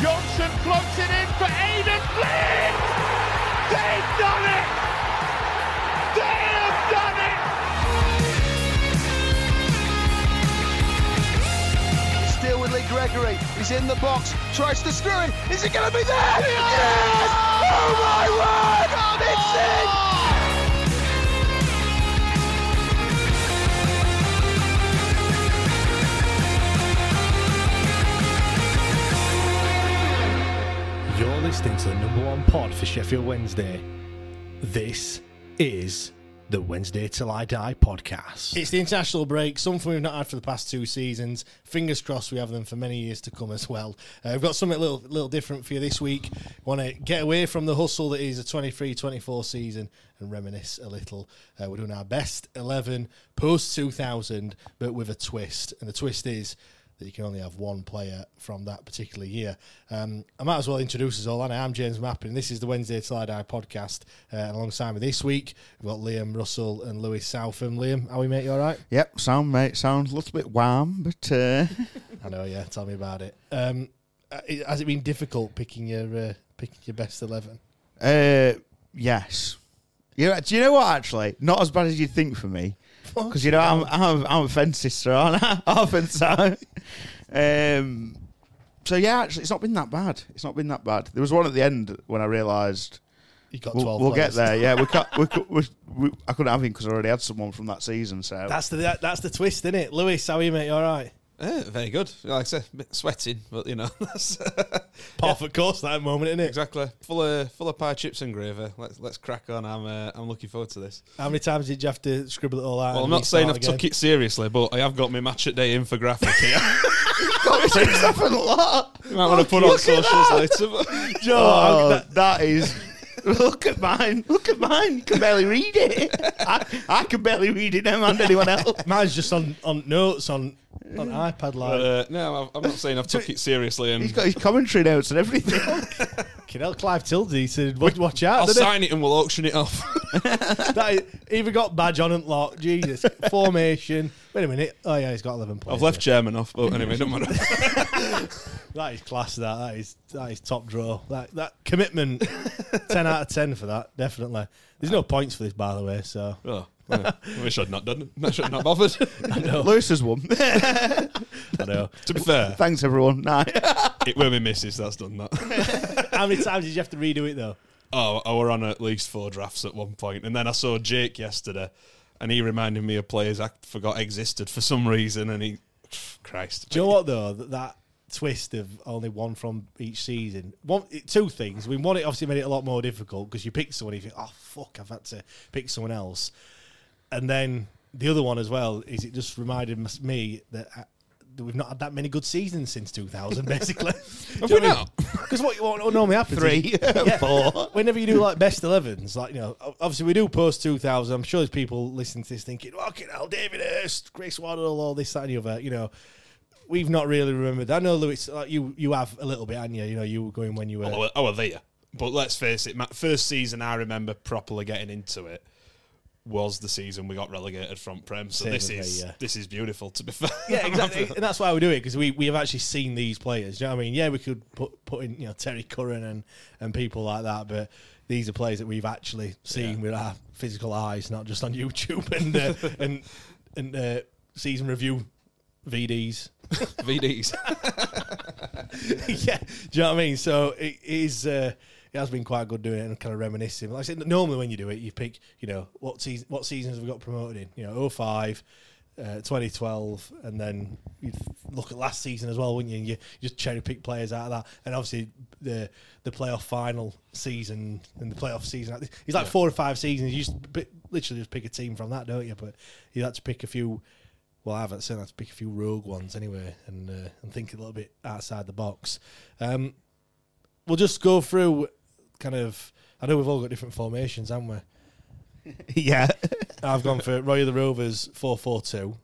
Johnson floats it in for Aiden Flint! They've done it! They have done it! Still with Lee Gregory. He's in the box. Tries to screw it. Is it going to be there? Yes! Oh my word! It's in! You're listening to the number one pod for Sheffield Wednesday. This is the Wednesday Till I Die podcast. It's the international break, something we've not had for the past two seasons. Fingers crossed we have them for many years to come as well. Uh, we've got something a little, little different for you this week. Want to get away from the hustle that is a 23 24 season and reminisce a little. Uh, we're doing our best 11 post 2000, but with a twist. And the twist is that you can only have one player from that particular year. Um, I might as well introduce us all. And I am James Mappin. This is the Wednesday Till I Die podcast. Uh, and alongside me this week, we've got Liam Russell and Lewis Southam. Liam, how are we, mate? You all right? Yep, sound mate, sounds a little bit warm, but uh, I know, yeah. Tell me about it. Um, uh, it- has it been difficult picking your uh, picking your best eleven? uh, yes. You know, do you know what? Actually, not as bad as you would think for me, because you know I'm I'm, I'm a fence sister, aren't I? Half and so. Um, so yeah, actually, it's not been that bad. It's not been that bad. There was one at the end when I realised You got we'll, twelve. we'll get players. there. Yeah, we can't. We, cou- we, we, I couldn't have him because I already had someone from that season. So That's the that, that's the twist, isn't it? Lewis, how are you, mate? You all right? Yeah, Eh, very good. Like I said, a bit sweating, but you know, that's Par for course that moment, isn't it? exactly full of full of pie chips and gravy. Let's let's crack on. I'm uh, I'm looking forward to this. How many times did you have to scribble it all out? Well, I'm and not saying I've restart again? took it seriously, but I have got my match at day infographic here. you might want to put on socials later. But Joe, Oh, I'm- that- that is. Look at mine. Look at mine. You can barely read it. I, I can barely read it. Never mind anyone else. mine's just on, on notes on on iPad. Like, But, uh, no, I've- I'm not saying I've took it seriously. He's And got his commentary notes and everything. Fucking hell, Clive Tildy said, "Watch, watch out!" I'll didn't he? sign it and we'll auction it off. That is, even got badge on and lock. Jesus, formation. Wait a minute. Oh yeah, he's got eleven players. I've left chairman off, but anyway, don't matter. That is class. That that is that is top draw. That that commitment. ten out of ten for that. Definitely. There's no points for this, by the way. So Oh, yeah. I wish I'd not done. it. I should have not bothered. Lewis has won. I know. to be fair, Thanks, everyone. Nah. it were my missus that's done that. How many times did you have to redo it though? Oh, I were on at least four drafts at one point, and then I saw Jake yesterday, and he reminded me of players I forgot existed for some reason, and he, Christ, Do you know what though? That, that twist of only one from each season. One, it, two things. I mean, one, it obviously made it a lot more difficult because you pick someone, you think, oh fuck, I've had to pick someone else, and then the other one as well is it just reminded mus- me that. I, that We've not had that many good seasons since 2000, basically. Have we Because what, what normally happens is- Three, four. whenever you do like best 11s, like, you know, ob- obviously we do post 2000. I'm sure there's people listening to this thinking, fucking hell, David Hurst, Chris Waddle, all this, that, and the other, you know. we've not really remembered. I know, Lewis, like you you have a little bit, haven't you? You know, you were going when you were. I were, I were there. But let's face it, my first season I remember properly getting into it was the season we got relegated from Prem. So Same this with me, is yeah. this is beautiful to be fair. Yeah, exactly. and that's why we do it because we, we have actually seen these players. Do you know what I mean? Yeah, we could put put in you know Terry Curran and, and people like that, but these are players that we've actually seen with our physical eyes, not just on YouTube and uh, and and uh, season review VDs. VDs. yeah, do you know what I mean? So it is. Uh, it has been quite good doing it and kind of reminiscing. Like I said, normally when you do it, you pick, you know, what season, what seasons have we got promoted in? You know, 05, uh, 2012, and then you look at last season as well, wouldn't you? And you just cherry pick players out of that. And obviously the the playoff final season and the playoff season. It's like four or five seasons. You just pi- literally just pick a team from that, don't you? But you had to pick a few. Well, I've certainly had to pick a few rogue ones anyway, and uh, and think a little bit outside the box. Um, we'll just go through kind of. I know we've all got different formations, haven't we? yeah. I've gone for Roy of the Rovers four four two,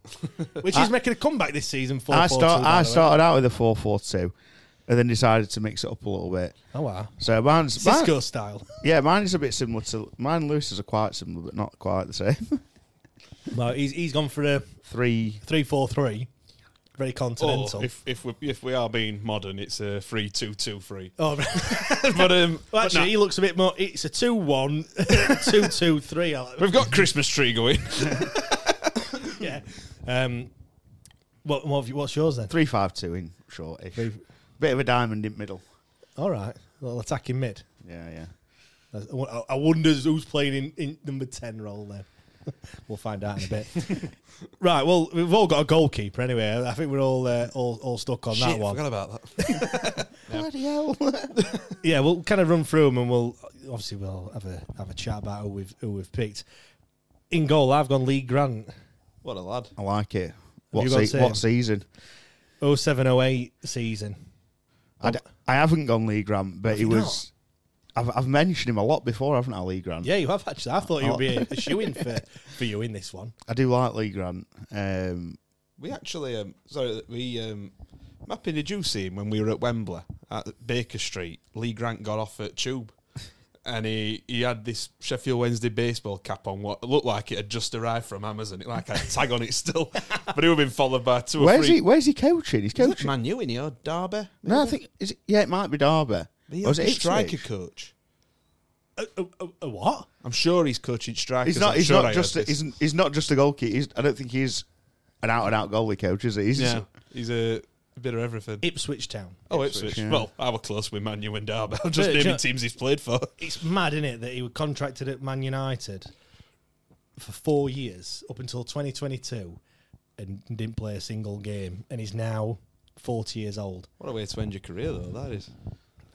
which is making a comeback this season. Four I, four start, two. I started out with a 4 4 2 and then decided to mix it up a little bit. Oh wow, So mine's. mine- Cisco style. yeah, mine is a bit similar to. Mine and Lewis's are quite similar, but not quite the same. No, he's he's gone for a Three. Oh, three four three, very or continental. if if we if we are being modern, it's a three two two three. oh, right. But um well, but actually, no, he looks a bit more. It's a two one, two two three. I like we've got Christmas tree going. yeah. Um, what, what have you, what's yours then? 3 5 2 in shortish. Bit of a diamond in middle. All right, little attacking mid. Yeah, yeah. I- I I wonder who's playing in, in number 10 role then. we'll find out in a bit. right, well, we've all got a goalkeeper anyway. I think we're all uh, all, all stuck on that one. about that. Bloody hell. Yeah, we'll kind of run through them and we'll obviously we'll have a have a chat about who we've who we've picked. In goal, I've gone Lee Grant, What a lad. I like it. What, you got se- what same? season? 0708 season. I, d- I haven't gone Lee Grant, but he was. I've, I've mentioned him a lot before, haven't I, Lee Grant? Yeah, you have actually. I thought you Oh. would be a, shoe in for, for you in this one. I do like Lee Grant. Um, We actually, um, sorry, we um, mapping the juice him when we were at Wembley at Baker Street. Lee Grant got off at Tube, and he, he had this Sheffield Wednesday baseball cap on. What looked like it had just arrived from Amazon. It like had a tag on it still, but it would have been followed by two. or where's three. he? Where's he coaching? He's coaching. Man, you in here, Derby? no, I think is it, yeah, it might be Derby. He Or is had it the Ipswich? striker coach. A, a, a, a what? I'm sure he's coaching strikers. He's not. I'm He's sure I not heard just. A, this. he's, he's not just a goalkeeper. He's, I don't think he's an out and out goalie coach, is he? He's, yeah, he's a, a bit of everything. Ipswich Town. oh, Ipswich. yeah. Well, I were close with Man U and Derby. I'm just But, naming you know- teams he's played for. it's mad, isn't it, that he was contracted at Man United for four years up until 2022 and didn't play a single game, and he's now 40 years old. What a way to end your career, though. That is.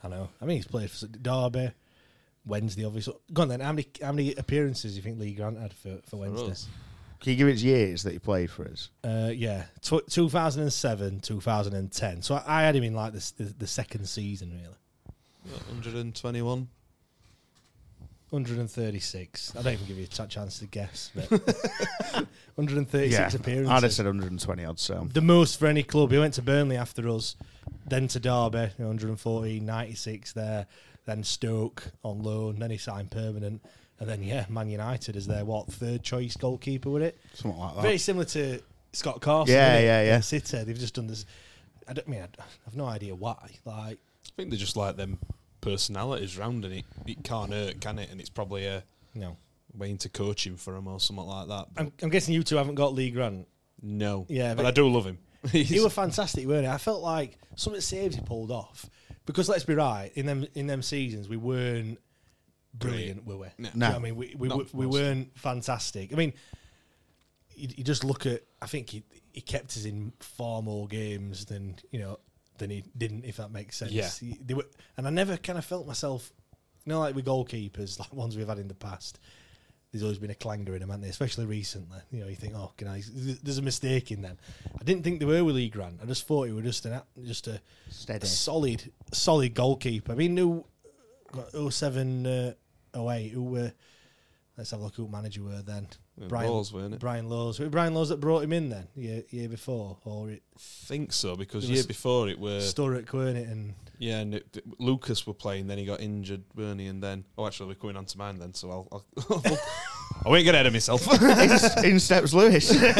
I know. I mean, he's played for Derby, Wednesday, obviously. Go on then. How many how many appearances do you think Lee Grant had for, for Wednesday? us. Can you give it years that he played for us? Uh, yeah, tw 2007, 2010. So I, I had him in like the, s- the the second season, really. 121. 136. I don't even give you a chance to guess, but 136 appearances. I'd have said 120 odd. So the most for any club. He went to Burnley after us, then to Derby, 114, 96 there, then Stoke on loan, then he signed permanent, and then yeah, Man United is their what third choice goalkeeper with it. something like that. Very similar to Scott Carson. Yeah, isn't it? yeah, yeah. In City, they've just done this. I don't I mean. I- I've no idea why. Like, I think they're just like them personalities round, and it, it can't hurt, can it? And it's probably a no. way into coaching for him or something like that. But I'm, I'm guessing you two haven't got Lee Grant. no. Yeah, but, but- I do love him. He's- He were fantastic, weren't he? I felt like some of the saves he pulled off. Because let's be right, in them in them seasons we weren't brilliant, were we? Do No. you know what I mean we we, Not we, we mostly. weren't fantastic. I mean, you, you just look at. I think he he kept us in far more games than you know than he didn't, if that makes sense. Yeah. He- they were, and I never kind of felt myself, you know, like with goalkeepers, like ones we've had in the past. There's always been a clanger in them, hasn't there? Especially recently. You know, you think, oh, can I? There's a mistake in them. I didn't think they were with Lee Grant. I just thought he were just an a- just a, a Steady. solid oh solid goalkeeper. I mean, who 07, uh, 08, who oh were Let's have a look who manager were then. Yeah, Brian Laws, weren't it? Brian Laws. Was it Brian Laws that brought him in then, year, year before, or it, think so because It year was- before it were Sturrock, weren't it? And yeah, and it, Lucas were playing. Then he got injured, Bernie, and then oh, actually, we're coming on to mine then. So I'll, I'll I won't get ahead of myself. in, in steps Lewis. We've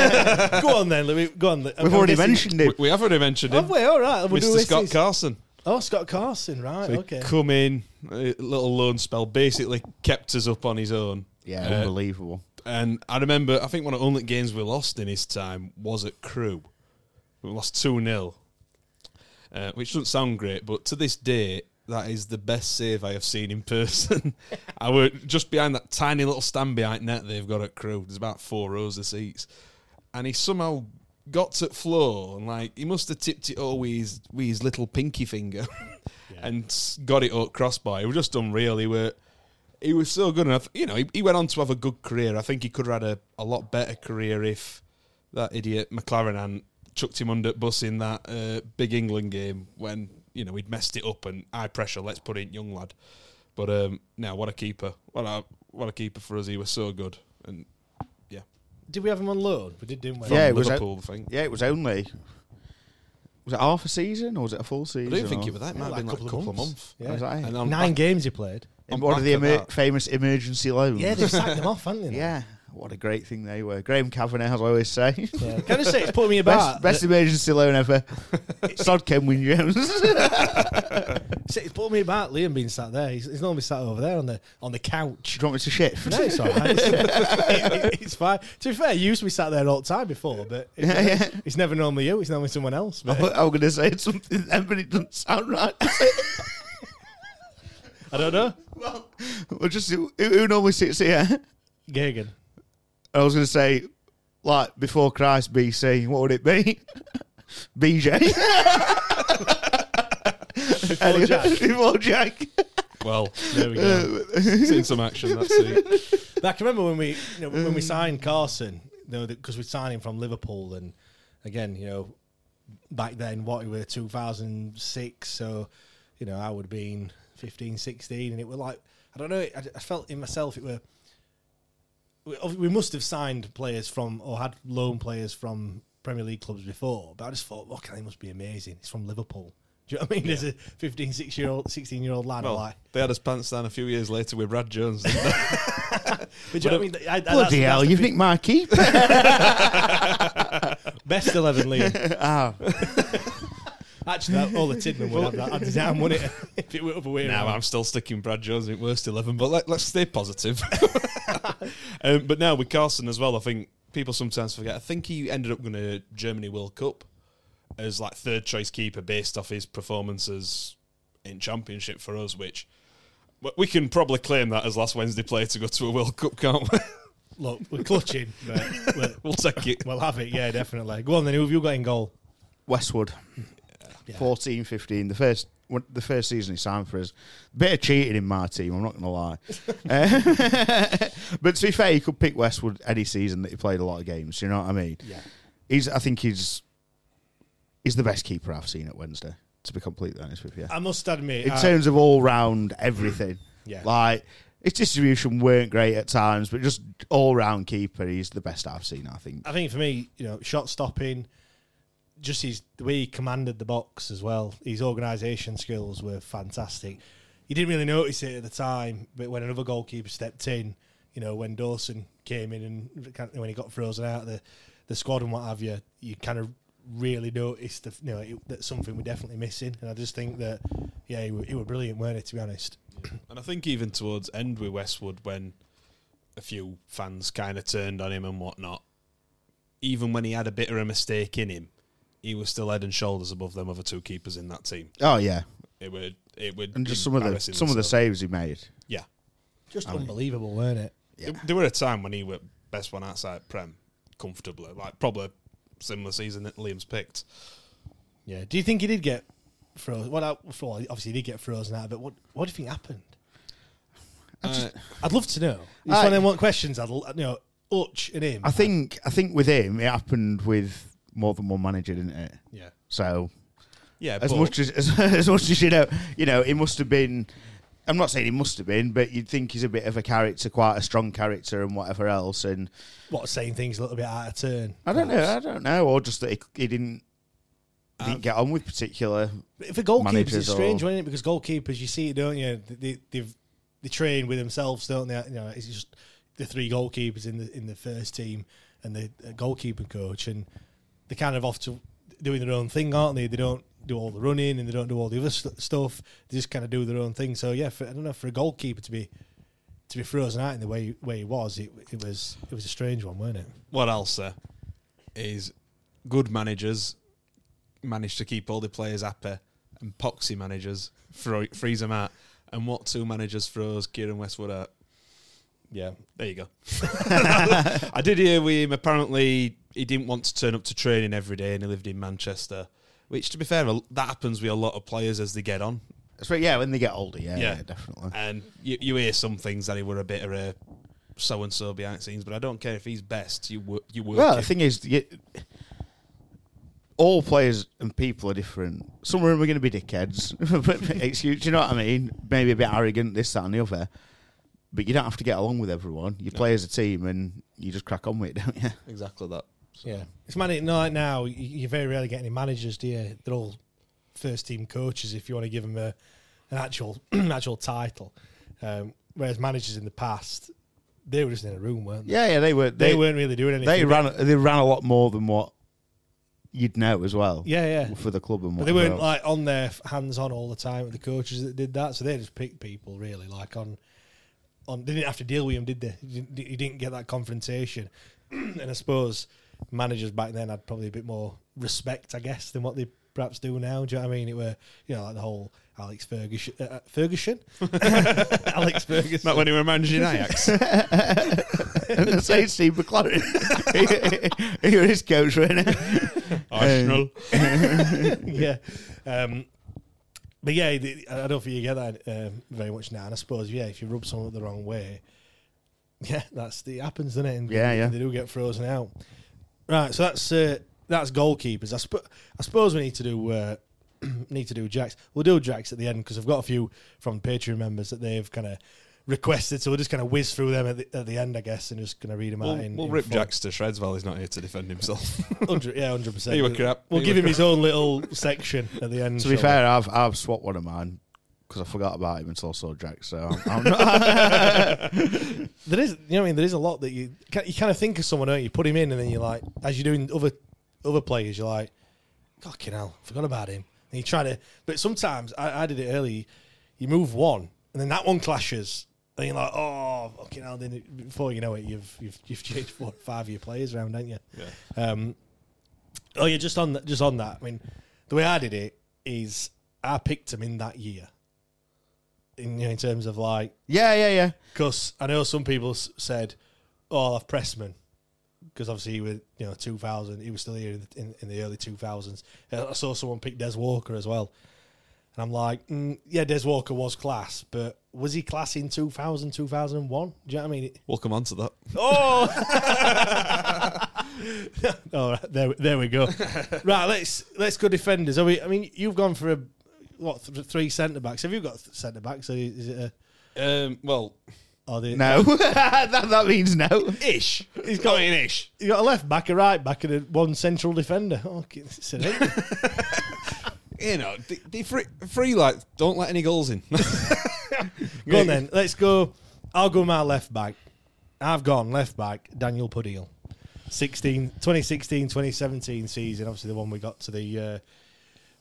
go on then, Louis. Go on. We've already mentioned we, him. we have already mentioned him, Have we? All right. We'll do Mr. this Scott is- Carson. Oh, Scott Carson. Right. So he okay. come in, a little loan spell, basically kept us up on his own. Yeah, Uh, unbelievable. And I remember, I think one of the only games we lost in his time was at Crew. We lost 2 0, uh, which doesn't sound great, but to this day, that is the best save I have seen in person. I were just behind that tiny little stand behind net they've got at Crew. There's about four rows of seats. And he somehow got to floor and, like, he must have tipped it all with his, with his little pinky finger and s- got it up crossbar. It was just unreal. He were he was so good enough. You know, he, he went on to have a good career. I think he could have had a, a lot better career if that idiot McLaren and chucked him under the bus in that uh, big England game when you know we'd messed it up and high pressure. Let's put in young lad. But um, now what a keeper! What a what a keeper for us. He was so good and yeah, Did we have him on loan? We did, didn't we? from Yeah, it was Liverpool. I think. Yeah, it was only. Was it half a season or was it a full season? I don't think or- it was that. It might have been like a couple of months. Was that it? And I'm Nine back- games he played. I'm One of the back at emer- that. famous emergency loans. Yeah, they've sacked him off, haven't they? now? Yeah, what a great thing they were. Graham Kavanagh, as I always say. Yeah. Can I say it's put me best about? best emergency loan ever. Sod Ken Win Jones. Say, it's put me about Liam being sat there. He's, he's normally sat over there on the on the couch. Do you want me to shift? No, it's all right. It- it- it's fine. To be fair, you used to be sat there all the time before, but it's, Yeah, yeah. Oh. it's never normally you. It's normally someone else. I'm, But going to say something then, but it doesn't sound right. does it? I don't know. well, well, just who, who normally sits here? Gagan. I was going to say, like, before Christ BC, what would it be? BJ. Anyway, Jack. before Jack. Well, There we go. seen some action. That's it. But I can remember when we you know, when we signed Carson, because we signed him from Liverpool, and again, you know, back then, what it were 2006, so you know, I would have been 15, 16, and it were like I don't know, I, I felt in myself it were. We, ob- we must have signed players from or had loan players from Premier League clubs before, but I just thought, well, they must be amazing. It's from Liverpool. Do you know what I mean? There's a 15, 6 year old, 16 year old lad. I'm Well, like, they had us pants down a few years later with Brad Jones. didn't they? but do you know what I mean? I- I- that's- Bloody that's hell, the you've nicked thing. my keeper. Best 11 league. oh, Actually, that, all the Tidman would have that. I'd damn wouldn't it if it were other way No, around. I'm still sticking Brad Jones at worst 11, but let, let's stay positive. um, but now with Carson as well, I think people sometimes forget. I think he ended up going to Germany World Cup as like third choice keeper based off his performances in Championship for us, which but we can probably claim that as last Wednesday player to go to a World Cup, can't we? Look, we're clutching, but we'll, we'll take it. we'll have it. Yeah, definitely. Go on then. Who have you got in goal? Westwood. Yeah. fourteen, fifteen. 14, 15, the first. one- The first season he signed for us, bit of cheating in my team. I'm not going to lie, Uh, but to be fair, he could pick Westwood any season that he played a lot of games. You know what I mean? Yeah. He's, I think he's, he's the best keeper I've seen at Wednesday. To be completely honest with you, I must admit, in I- terms of all round everything. Uh, Yeah. Like his distribution weren't great at times, but just all round keeper, he's the best I've seen. I think. I think for me, you know, shot stopping, just his the way he commanded the box as well. His organisation skills were fantastic. You didn't really notice it at the time, but when another goalkeeper stepped in, you know, when Dawson came in and kind of- when he got frozen out of the, the squad and what have you, you kind of really noticed the, you know it, that something we're definitely missing. And I just think that yeah, he were, he were brilliant, weren't it? To be honest, And I think even towards end with Westwood, when a few fans kind of turned on him and whatnot, even when he had a bit of a mistake in him, he was still head and shoulders above them other two keepers in that team. Oh yeah, It would, it would, and just some of the embarrassing some of the themselves. saves he made. Yeah, just unbelievable, weren't it? There- there were a time when he were best one outside prem comfortably, like probably similar season that Liam's picked. Yeah. Do you think he did get frozen? What? I- Well, obviously he did get frozen out, but what? What do you think happened? Uh, I'd love to know. It's I- one of them one questions. I'd l- you know, Uch and him. I think I think with him, it happened with more than one manager, didn't it? Yeah. So yeah, as but much as, as as much as you know, you know, it must have been I'm not saying he must have been, but you'd think he's a bit of a character, quite a strong character, and whatever else. And What saying things a little bit out of turn? I don't know, I don't know, or just that he, he didn't didn't get on with particular. If a goalkeeper's managers it's strange, or- isn't it? Because goalkeepers, you see it, don't you? They, they, have they train with themselves, don't they? You know, it's just the three goalkeepers in the in the first team and the uh, goalkeeping coach, and they're kind of off to doing their own thing, aren't they? They don't do all the running and they don't do all the other st- stuff. They just kind of do their own thing. So yeah, for, I don't know for a goalkeeper to be to be frozen out in the way way he was, it, it was it was a strange one, wasn't it? What else uh, is good managers manage to keep all the players happy, and poxy managers fro- freeze them out. And what two managers froze Kieran Westwood out? Yeah, there you go. I did hear with him. Apparently, he didn't want to turn up to training every day, and he lived in Manchester. Which, to be fair, a- that happens with a lot of players as they get on. So yeah, when they get older, yeah, Yeah. yeah, definitely. And you, you hear some things that he were a bit of a so and so behind the scenes, but I don't care if he's best. You work. You work. Well, him. the thing is, you, all players and people are different. Some of them are going to be dickheads. but excuse, do you know what I mean? Maybe a bit arrogant, this, that, and the other. But you don't have to get along with everyone. You play as a team, and you just crack on with it, don't you? exactly that. Yeah, it's man at night now. y- You very rarely get any managers, do you? They're all first team coaches. If you want to give them a an actual actual title, um, whereas managers in the past they were just in a room, weren't they? Yeah, yeah. They were. They, They, were. weren't really doing anything. They ran. They ran a lot more than what you'd know as well. Yeah, yeah. For the club and but what. they weren't like on their hands on all the time with the coaches that did that. So they just picked people really like on on. They didn't have to deal with them, did they? You didn't- you didn't get that confrontation, and I suppose managers back then had probably a bit more respect, I guess, than what they perhaps do now. Do you know what I mean? It were you know like the whole Alex Ferguson, uh, uh, Ferguson, Alex Ferguson. Not when he were managing Ajax. and the same Steve McLaren. he, he was his coach, wasn't he? Um, Arsenal. yeah. Um, but yeah, the- I don't think you get that um, very much now. And I suppose, yeah, if you rub someone up the wrong way, yeah, that's the it happens, doesn't it? And Yeah, yeah. They do get frozen out. Right, so that's uh, that's goalkeepers. I, sp- I suppose we need to do uh, need to do Jacks. We'll do Jacks at the end because I've got a few from Patreon members that they've kind of requested. So we'll just kind of whiz through them at the, at the end, I guess, and just kind of read them We'll, out. In, we'll in rip full. Jacks to shreds while he's not here to defend himself. 100, yeah, hundred percent. He were crap. We'll He give were him his own little section at the end. To be shall we? fair, I've I've swapped one of mine because I forgot about him until I saw Jack. So I'm, I'm not. there is, you know, what I mean, there is a lot that you ca- you kind of think of someone, don't you? Put him in, and then you're like, as you're doing other other players, you're like, fucking hell, forgot about him. And you try to, but sometimes I, I did it early. You move one, and then that one clashes. Then you're like, oh, fucking hell. Then it- before you know it, you've you've you've changed four, five of your players around, haven't you? Yeah. Um, Oh yeah, just on that, just on that. I mean, the way I did it is I picked him in that year. In you know, in terms of like, yeah, yeah, yeah. because I know some people s- said, "Oh, I'll have Pressman," because obviously he was, you know, two thousand. He was still here in the, in, in the early two thousands. I saw someone pick Des Walker as well, and I'm like, mm, "Yeah, Des Walker was class, but was he class in 2000, 2001? Do you know what I mean?" It- We'll come on to that. All right, there, there we go. right, let's let's go defenders. Are we? I mean, you've gone for a what th- three centre backs? Have you got th- centre backs? Or Is it a? Um, well, Are they, No, that, that means no. ish. He's got an ish. You got a left back, a right back, and a one central defender. Oh, okay, it's an eight. You know, the, the free, free like don't let any goals in. Go on then. Let's go. I'll go my left back. I've gone left back, Daniel Puddiel. 16, 2016, 2017 season. Obviously, the one we got to the uh,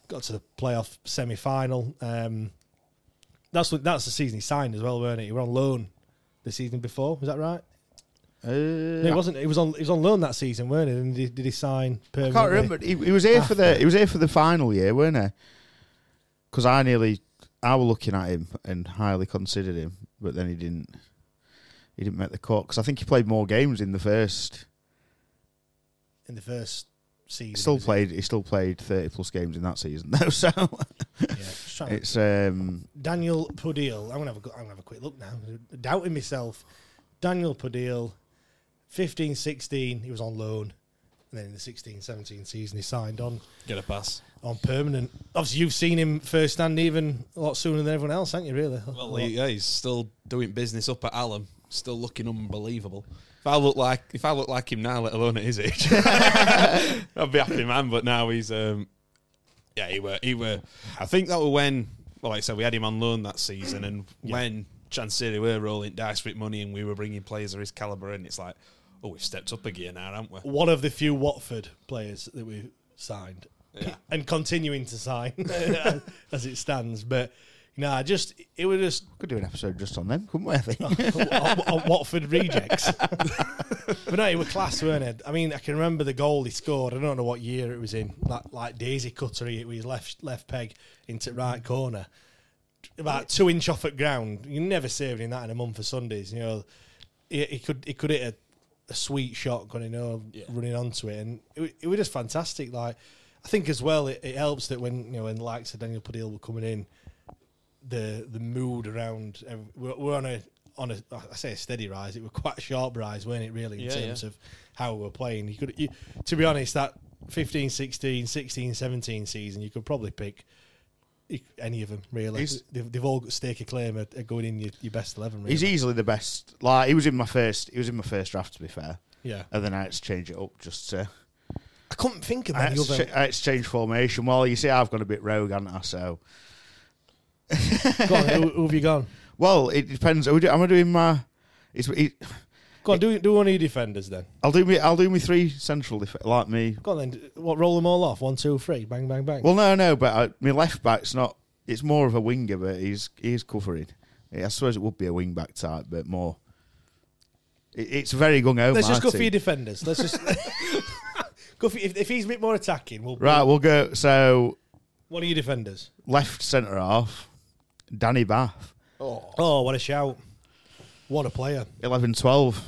got to the playoff semi final. Um, that's what that's the season he signed as well, weren't it? He were on loan the season before. Is that right? No, he Uh, wasn't. He was on. He was on loan that season, weren't he? And did, did he sign? I Permanently? can't remember. He, he was here for the he was here for the final year, weren't he? Because I nearly I were looking at him and highly considered him, but then he didn't. He didn't make the cut because I think he played more games in the first. in the first season. He still was it? played. He still played thirty plus games in that season though. So Yeah, just trying to- it's um Daniel Pudil. I'm gonna have a go- I'm gonna have a quick look now. Doubting myself. Daniel Pudil, 15, 16, He was on loan, And then in the 16 17 season, he signed on Get a pass. on permanent. Obviously, you've seen him firsthand even a lot sooner than everyone else, haven't you, really? Well, he, yeah, he's still doing business up at Alum. Still looking unbelievable. If I look like if I look like him now, let alone at his age, I'd be a happy man. But now he's um, yeah, he were he were. I think that were when, well, like I said, we had him on loan that season, and when Chancery were rolling dice with money, and we were bringing players of his caliber, and it's like, oh, we've stepped up a gear now, haven't we? one of the few Watford players that we signed and continuing to sign as it stands. But no, I just it was just Could do an episode just on them, couldn't we? I think. on, on Watford rejects. but no, it was class, weren't it? I mean, I can remember the goal he scored. I don't know what year it was in. Like, like Daisy Cuttery, it was his left left peg into right corner, about two inch off at ground. You never see him in that in a month for Sundays. You know, he, he could he could hit a, a sweet shot going over, running onto it, and it, wa- it was just fantastic. Like. I think as well, it, it helps that when you know when the likes of Daniel Padil were coming in, the the mood around ev- we're, we're on a on a I say a steady rise. It was quite a sharp rise, weren't it? Really, in Yeah, terms yeah. of how we were playing. You could, you, to be honest, that 15, 16, 16, 17 season, you could probably pick i- any of them. Really, He's- they've, they've all got stake a claim at, at going in your, your best eleven. Really. He's easily the best. Like he was in my first. He was in my first draft. To be fair, Yeah, and then I had to change it up just to. I couldn't think of I had any to, other. cha- I had to change formation. Well, you see, I've gone a bit rogue, haven't I? So, Go on, who, who have you gone? well, it depends. Are we do, am I doing my? It's, it, Go on, do do one of your defenders then. I'll do me. I'll do me three central. Def- like me. Go on then. d- What roll them all off? One, two, three. Bang, bang, bang. Well, no, no, but I, my left back's not. It's more of a winger, but he's he's covering. I suppose it would be a wing back type, but more. It, it's very gung ho. Let's just go for your defenders. Let's just go for if, if he's a bit more attacking. We'll Right, we'll go. So One of your defenders. left centre half, Danny Bath. Oh, what a shout! What a player! 11 12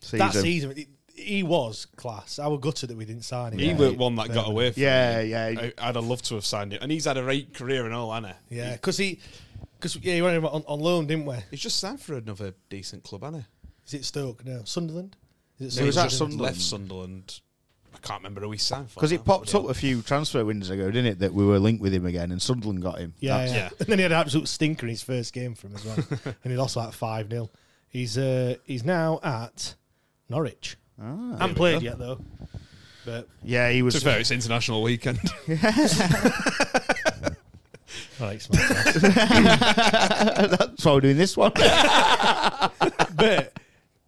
season. That season, he, he was class. I was gutted that we didn't sign him. He were one that got away. From Yeah, me. yeah. I, I'd have loved to have signed him, and he's had a great career and all, hasn't he? Yeah, because he, because yeah, he went on, on loan, didn't we? He's just signed for another decent club, hasn't he? Is it Stoke? No, Sunderland. Is it So was was that that Sunderland? left Sunderland? I can't remember who he signed for. Because now. it popped up a few transfer windows ago, didn't it? That we were linked with him again, and Sunderland got him. Yeah, That's- yeah. Yeah. And then he had an absolute stinker in his first game for him as well, and he lost like five 0 He's uh, he's now at Norwich. Ah, Haven't played yet though. But yeah, he To was. be fair, it's international weekend. all right, smart. That's why we're doing this one. but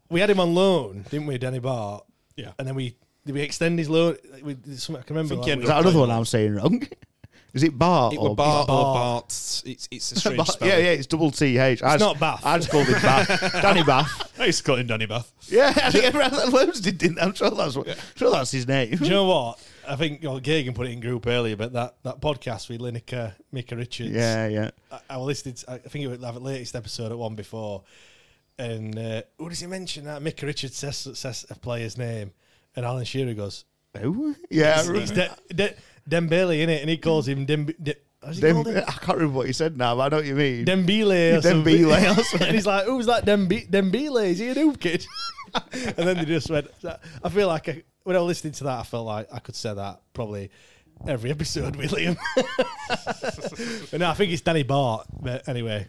we had him on loan, didn't we, Danny Bart? Yeah. And then we did we extend his loan. We did something I can remember. Think like he we- Is that another one I'm saying wrong? Is it Bart? it or were Bart or Bart. Bart. It's, it's a strange Bart- spelling. Yeah, yeah, it's double T H. It's not Bath. I just called him Bath. Danny Bath. I used to call him Danny Bath. Yeah, I think everyone- loads did, didn't they? I'm sure that's, what, sure that's his name. Do you know what? I think well, Gagan put it in group earlier, but that, that podcast with Lineker, Mika Richards. Yeah, yeah. I, I listened. To, I think it was the latest episode at one before, and uh, what does he mention? That Mika Richards says, says a player's name, and Alan Shearer goes, Who? Yeah. I "It's De- De- Dembele in it," and he calls him Dem. De- how's he Dem- called him? I can't remember what you said now, but I know what you mean. Dembele. Or something. Dembele or something. and he's like, "Who's that Dembe- Dembele? Is he a noob kid?" and then they just went. I feel like I, when I was listening to that, I felt like I could say that probably every episode with Liam. but no, I think it's Danny Bart. But anyway,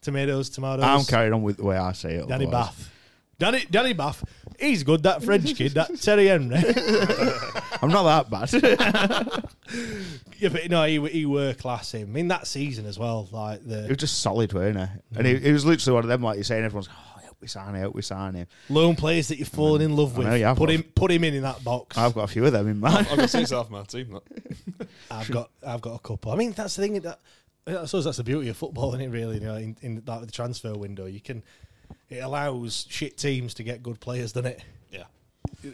tomatoes, tomatoes. I'm carrying on with the way I say it. Danny otherwise. Bath. Danny, Danny Bath, he's good. That French kid, that Terry Henry. I'm not that bad. yeah, but no, he were- he were class him. I mean, that season as well, like It was the just solid, weren't it? And it, it was literally one of them, like you're saying, everyone's, oh, I hope we sign him, I hope we sign him. lone players that you've fallen in love with. know, yeah, I've put got- him, put him in in that box. I've got a few of them in mind. I've got six off my team. that. I've got I've got a couple. I mean, that's the thing that I suppose that's the beauty of football, isn't it? Really, you know, in, in that the transfer window, you can it allows shit teams to get good players, doesn't it? Yeah.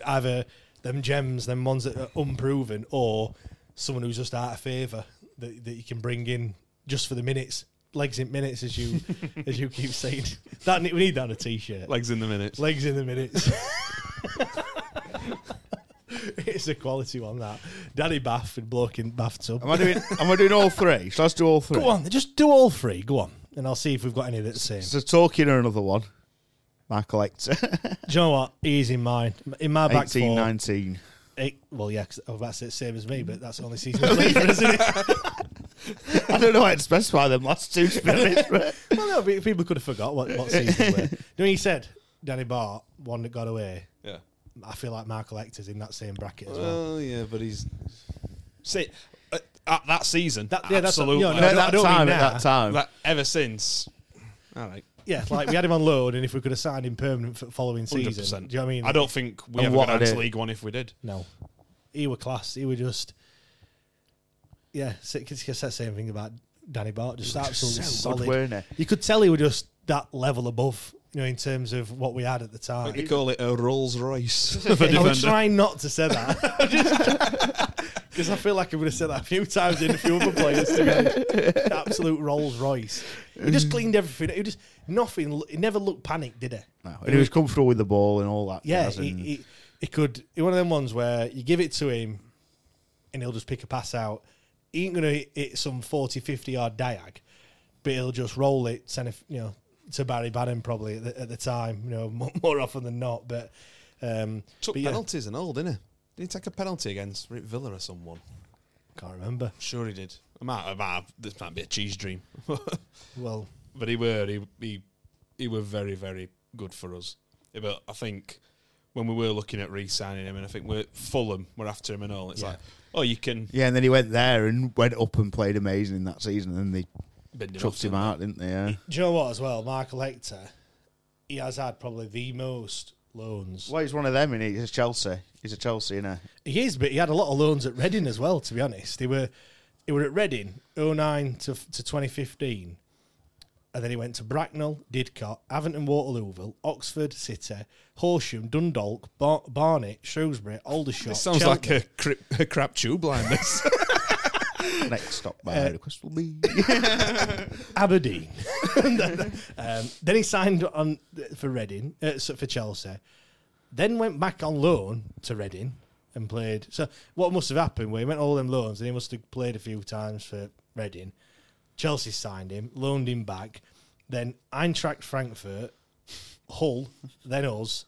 Either them gems, them ones that are unproven, or someone who's just out of favour that, that you can bring in just for the minutes, legs in minutes, as you as you keep saying. That we need that on a t-shirt. Legs in the minutes. Legs in the minutes. it's a quality one that. Danny Bath and bloke in bathtub. am, I doing, am I doing all three? Shall I just do all three? Go on, just do all three. Go on, and I'll see if we've got any that's the same. So, talking or another one. My collector. Do you know what? He's in mine. In my back 18, four, 19. eight, well, yeah, 'cause I was about to say the same as me, but that's only season flavour, isn't it? I don't know how to specify them last two spirits, but Well, no, but people could have forgot what, what season were. No, he said Danny Bart, one that got away. Yeah. I feel like Michael Ector's in that same bracket as well. Well, Oh, yeah, but he's see at, at that season. That- yeah, that's- absolutely. you know, at I that don't mean time, now. at that time, That ever since. All right. Yeah, like we had him on loan, and if we could have signed him permanent for the following Hundred season, percent. do you know what I mean? I don't think we And ever what I got into did. League One if we did. No, he were class. He were just yeah. so- Cause it's that same thing about Danny Bart, just so absolutely good, solid. weren't he? You could tell he were just that level above, you know, in terms of what we had at the time. They call it a Rolls Royce. I was trying not to say that because I feel like I would have said that a few times in a few other players. To be honest. Absolute Rolls Royce. He just cleaned everything. He just nothing. He never looked panicked, did he? No, and he was comfortable with the ball and all that. Yeah, jazz he, and- he, he could. He one of them ones where you give it to him and he'll just pick a pass out. He ain't going to hit some 40, 50 yard diag, but he'll just roll it, send it, you know, to Barry Bannon probably at the, at the time, you know, more, more often than not. But, um, Took but yeah, penalties and all, didn't he? Did he take a penalty against Rick Villa or someone? can't remember. Sure, he did. I might, I might have, this might be a cheese dream, but Well, he were he, he he were very very good for us. Yeah, But I think when we were looking at re-signing him, and I think we're Fulham were after him and all. It's like, oh, you can yeah, and then he went there and went up and played amazing in that season, and they bend him chucked off, him out, didn't they? Yeah. do you know what as well? Michael Hector, he has had probably the most loans. Well, he's one of them, and he's a Chelsea. He's a Chelsea, innit? He is, but he had a lot of loans at Reading as well. To be honest, they were they were at Reading 09 to to 2015, and then he went to Bracknell, Didcot, Avonton, Waterlooville, Oxford, City, Horsham, Dundalk, Bar- Barnet, Shrewsbury, Aldershot. This sounds like a, cri- a crap tube line. This Next stop by Uh, the Crystal Bee. Aberdeen. um, then he signed on for Reading uh, so- for Chelsea. Then went back on loan to Reading and played. So what must have happened? Where he went all them loans, and he must have played a few times for Reading. Chelsea signed him, loaned him back. Then Eintracht Frankfurt, Hull, then us,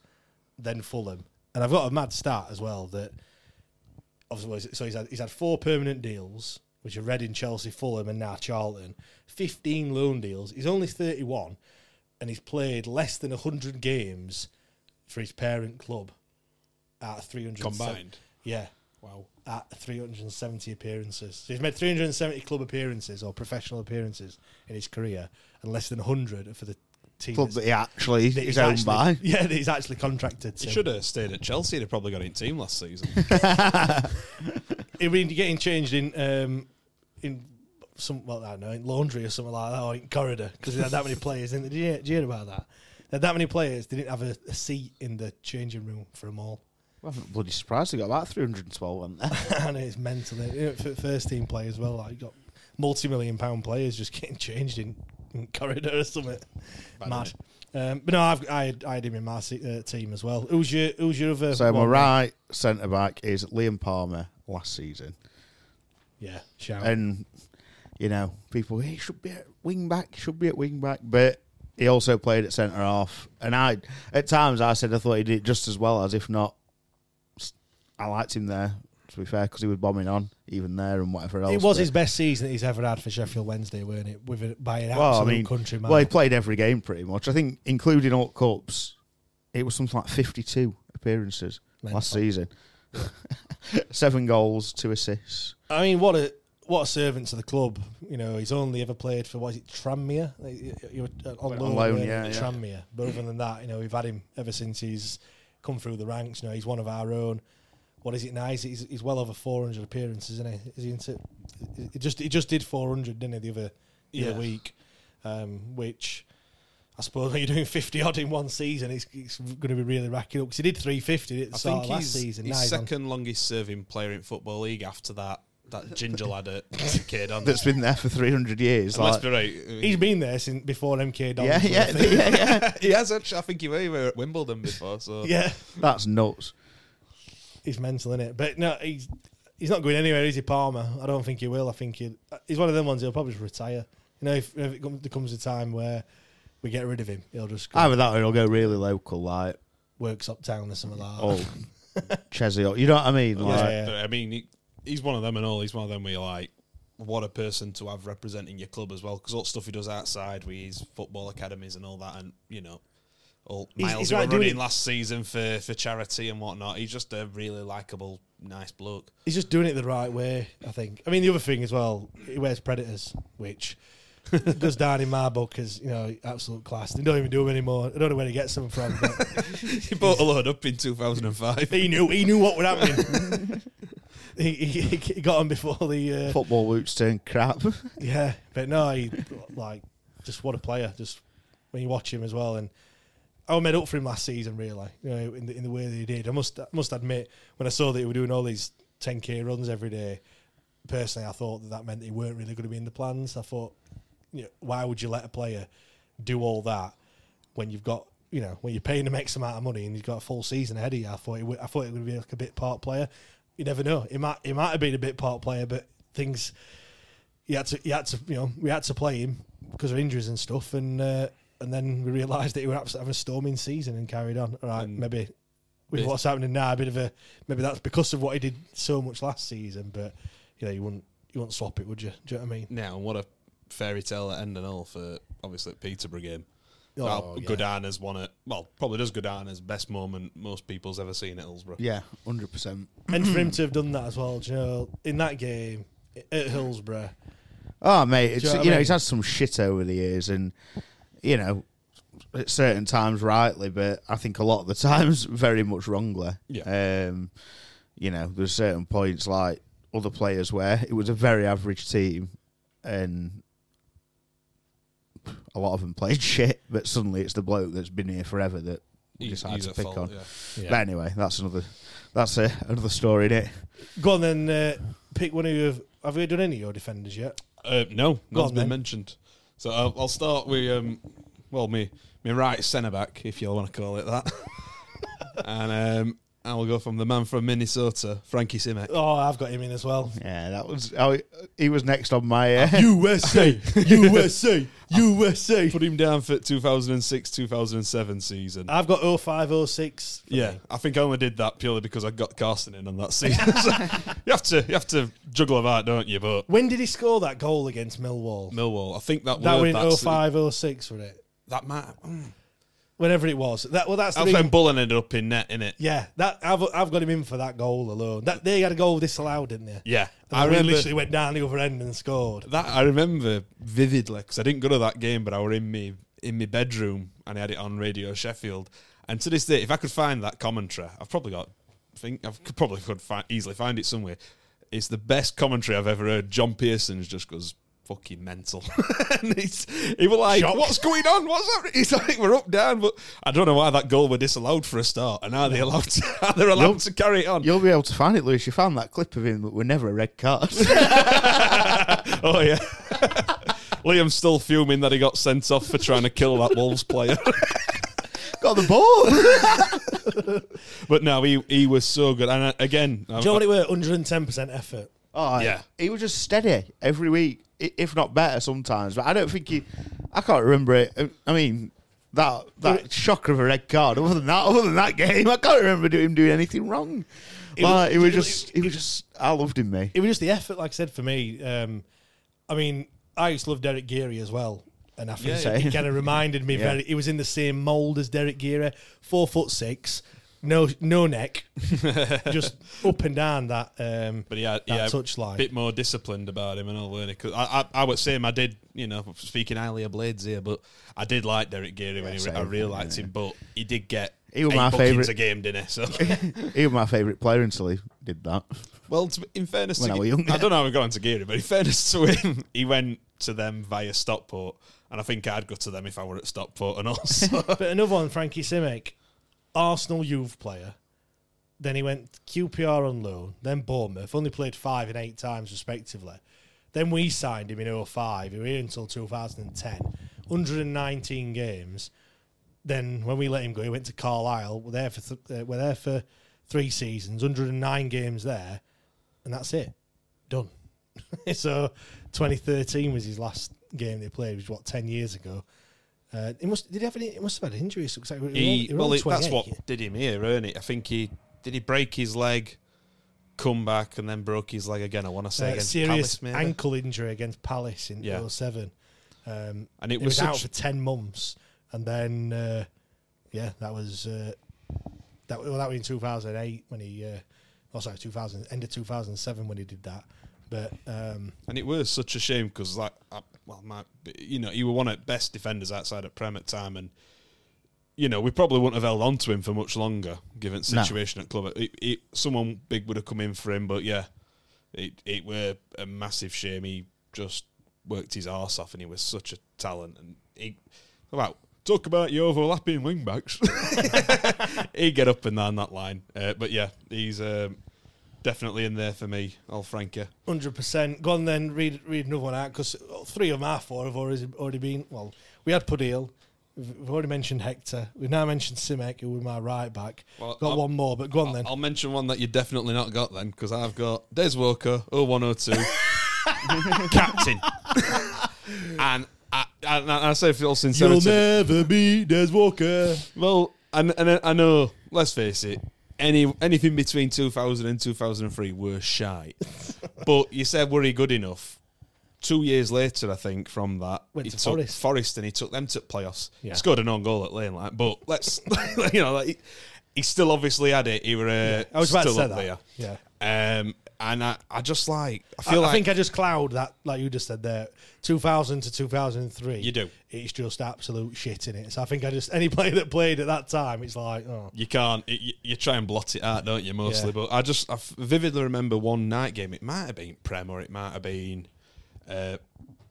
then Fulham. And I've got a mad stat as well that obviously what is it? so he's had he's had four permanent deals, which are Reading, Chelsea, Fulham, and now Charlton. Fifteen loan deals. He's only thirty one, and he's played less than hundred games for his parent club out of three hundred Combined? Yeah, wow. at three hundred and seventy appearances. So he's made three hundred and seventy club appearances or professional appearances in his career, and less than hundred for the team Club that that's- he actually that is he's owned actually- by. Yeah, that he's actually contracted to. He should have stayed at Chelsea. They probably got in team last season. I mean, getting changed in um, in some well, I don't know, in laundry or something like that, or in corridor because they had that many players. In the, did, you, did you hear about that? They had that many players. They didn't have a, a seat in the changing room for them all. Well, I'm bloody surprised they got about 312, haven't they? and it's mental. You know, for first team players, as well, like you got multi-million pound players just getting changed in, in corridor or something. Mad. Um, but no, I've, I, had, I had him in my se- uh, team as well. Who's your Who's your other? So my one? right centre back is Liam Palmer last season, Yeah, shout. and you know people he should be at wing back, should be at wing back, but he also played at centre half, and I at times I said I thought he did just as well as if not. I liked him there to be fair because he was bombing on even there and whatever else. It was but- his best season that he's ever had for Sheffield Wednesday, weren't it? With a, by an well, I absolute mean, country man. well he played every game pretty much. I think including all cups, it was something like fifty-two appearances last Mental. season. Seven goals, two assists. I mean, what a what a servant to the club. You know, he's only ever played for what is it Tranmere? Like, you- you were on on loan, loan, weren't you, yeah, at yeah. Tranmere. But other than that, you know, we've had him ever since he's come through the ranks. You know, he's one of our own. What is it now? He's, he's, he's well over four hundred appearances, isn't he? Is he into? He just he just did four hundred, didn't he? The other the Yeah. other week, um, which. I suppose when you're doing 50 odd in one season, it's, it's going to be really racking up because he did 350 at the I start think of last he's, season. he's Now he's on- second longest serving player in football league after that that ginger lad at kid on that's been there for 300 years. Let's Like, be right. He's been there since before MK Dons. yeah, was a yeah, thing. yeah, yeah. he has actually. I think he were at Wimbledon before. So yeah. That's nuts. He's mental in it, but no, he's he's not going anywhere, is he, Palmer? I don't think he will. I think he he's one of them ones he'll probably just retire. You know, if, if it comes, there comes a time where we get rid of him, he'll just go Either that or it'll go really local, like, works uptown or something like oh, that. Chesney. You know what I mean? Like, I mean, he, he's one of them and all. He's one of them where you're like, what a person to have representing your club as well. Because all the stuff he does outside with his football academies and all that, and you know, all He's- miles he's he were right doing running it- last season for for charity and whatnot. He's just a really likable, nice bloke. He's just doing it the right way, I think. I mean, the other thing as well, he wears Predators, which goes down in my book as, you know, absolute class. They don't even do them anymore. I don't know where he gets them from. But He bought a load up in 2005. he knew he knew what would happen. he, he, he got them before the. Uh, Football roots turn crap. yeah, but no, he, like, just what a player. Just when you watch him as well. And I made up for him last season, really, you know, in the, in the way that he did. I must, I must admit, when I saw that he were doing all these 10K runs every day, personally, I thought that that meant they weren't really going to be in the plans. I thought, you know, why would you let a player do all that when you've got, you know, when you're paying them X amount of money and you've got a full season ahead of you? I thought it would, I thought it would be like a bit part player. You never know. It might, it might have been a bit part player, but things he had to, he had to, you know, we had to play him because of injuries and stuff, and uh, and then we realised that he were absolutely having a storming season and carried on. All right, maybe with what's happening now, a bit of a maybe that's because of what he did so much last season, but you know, you wouldn't you wouldn't swap it, would you? Do you know what I mean? Now, and what a fairy tale at end and all for obviously at Peterborough game. Oh, Well, yeah. Goodine has won it. Well, probably does Goodine as best moment most people's ever seen at Hillsborough. yeah, hundred percent. And for him to have done that as well, do you know, in that game at Hillsborough, Oh mate, it's, Do you you, know, know what I mean? he's had some shit over the years, and you know, at certain times rightly, but I think a lot of the times very much wrongly. Yeah. Um, you know, there's certain points like other players where it was a very average team, and a lot of them played shit, but suddenly it's the bloke that's been here forever that we He- decide he's to at pick fault, on. yeah. Yeah. But anyway, that's another that's a, another story, is it? go on then, uh, pick one of your. Have we done any of your defenders yet? Uh, no, Go none's on been then. mentioned. So I'll, I'll start with um, well, me me right centre back, if you want to call it that, and um, I will go from the man from Minnesota, Frankie Simek. Oh, I've got him in as well. Yeah, that was oh, he was next on my Oh, uh, USA, USA, USA. Put him down for 2006 2007 season. I've got 05, 06. yeah, I think I only did that purely because I got Carson in on that season. So you have to you have to juggle about, don't you? But When did he score that goal against Millwall? Millwall, I think that oh that word, were in that's- 05, 06, were it? That might. Mm. Whenever it was. That well, that's the That's when thing. Bullen ended up in net, innit? Yeah, that I've I've got him in for that goal alone. That they had a goal disallowed, didn't they? Yeah, And I we remember. literally went down the other end and scored. That I remember vividly because I didn't go to that game, but I were in me in my bedroom and I had it on Radio Sheffield. And to this day, if I could find that commentary, I've probably got think I could probably could find, easily find it somewhere. It's the best commentary I've ever heard. John Pearson's just goes fucking mental, and it's he was like, "What's going on? What's happening?" He's like, "We're up down," but I don't know why that goal were disallowed for a start, and are they allowed? To, are they allowed Nope. to carry it on? You'll be able to find it, Lewis. You found that clip of him that were never a red card. Oh yeah. Liam's still fuming that he got sent off for trying to kill that Wolves player. Got the ball. but no, he he was so good. And uh, again, I- Do you know what it were? 110% effort. oh, Yeah. He was just steady every week, i- if not better sometimes. But I don't think he. I can't remember it. I- I mean, that that shocker of a red card. Other than that, other than that game, I can't remember do- him doing anything wrong. Like, it was just. It was just. I loved him, mate. It was just the effort, like I said, for me. Um, I mean, I used to love Derek Geary as well. And I think Yeah, yeah. it kind of reminded me very. It was in the same mould as Derek Geary, four foot six, no no neck, just up and down that. Um, but yeah, that yeah, touchline. bit more disciplined about him and all, weren't he? 'Cause I, I I would say him. I did, you know, speaking highly of Blades here, but I did like Derek Geary when he, re- same. I really liked him, but he did get. He was eight my bookings favourite. a game, didn't he? So, He was my favourite player until he did that. well, to, be- in fairness, When to, I were Ge- young. I don't know how we got into Geary, but in fairness to him, he went to them via Stockport, and I think I'd go to them if I were at Stockport and also. But another one, Frankie Simic, Arsenal youth player. Then he went QPR on loan, then Bournemouth, only played five and eight times respectively. Then we signed him in 05, he was here until 2010, 119 games. Then when we let him go, he went to Carlisle, we're there for, th- uh, we're there for three seasons, 109 games there, and that's it. Done. so 2013 was his last game they played, which was what, 10 years ago. Uh, he must did he have any? He must have had injuries. He, He, well, it, that's what did him here, isn't it? I think he Did he break his leg? Come back and then broke his leg again. I want to say Uh, against serious Palace, maybe. ankle injury against Palace in Yeah. 07. Um, And it it was, was, out such- for 10 months. And then, uh, yeah, that was uh, that, well, that was in 2008 when he, uh, oh, sorry, 2000, end of 2007 when he did that. But um, And it was such a shame because, like, I, well, my, you know, he was one of the best defenders outside of Prem at time, and you know, we probably wouldn't have held on to him for much longer given the No. situation at club. It, it, someone big would have come in for him, but yeah, it it were a massive shame. He just worked his arse off, and he was such a talent. And he, about talk about your overlapping wing backs. he'd get up and down that line, uh, but yeah, he's um, definitely in there for me, old Frankie. Hundred percent. Go on then. Read read another one out because three of our four have already already been. Well, we had Pudil. We've we've already mentioned Hector. We've now mentioned Simek, who was my right back. Well, Got I'll- one more, but go on then. I'll mention one that you definitely not got then, because I've got Des Walker, 0102, captain. and I, I, and I say, for all You'll sincerity, never be Des Walker. well, and, and I know, let's face it, any anything between 2000 and 2003 were shy. but you said, were he good enough? Two years later, I think, from that, Went he to took Forest. Forest and he took them to playoffs. Yeah. Scored an own goal at Lane Light, but let's, you know, like, he, he still obviously had it. He were uh, I was about to still say that. up there. Yeah. Um, and I, I just like, I I, feel like I think I just cloud that, like you just said there, 2000 to 2003. You do. It's just absolute shit in it. So I think I just, any player that played at that time, it's like, oh. you can't, it, you, you try and blot it out, don't you, mostly? Yeah. But I just, I f- vividly remember one night game. It might have been Prem or it might have been uh,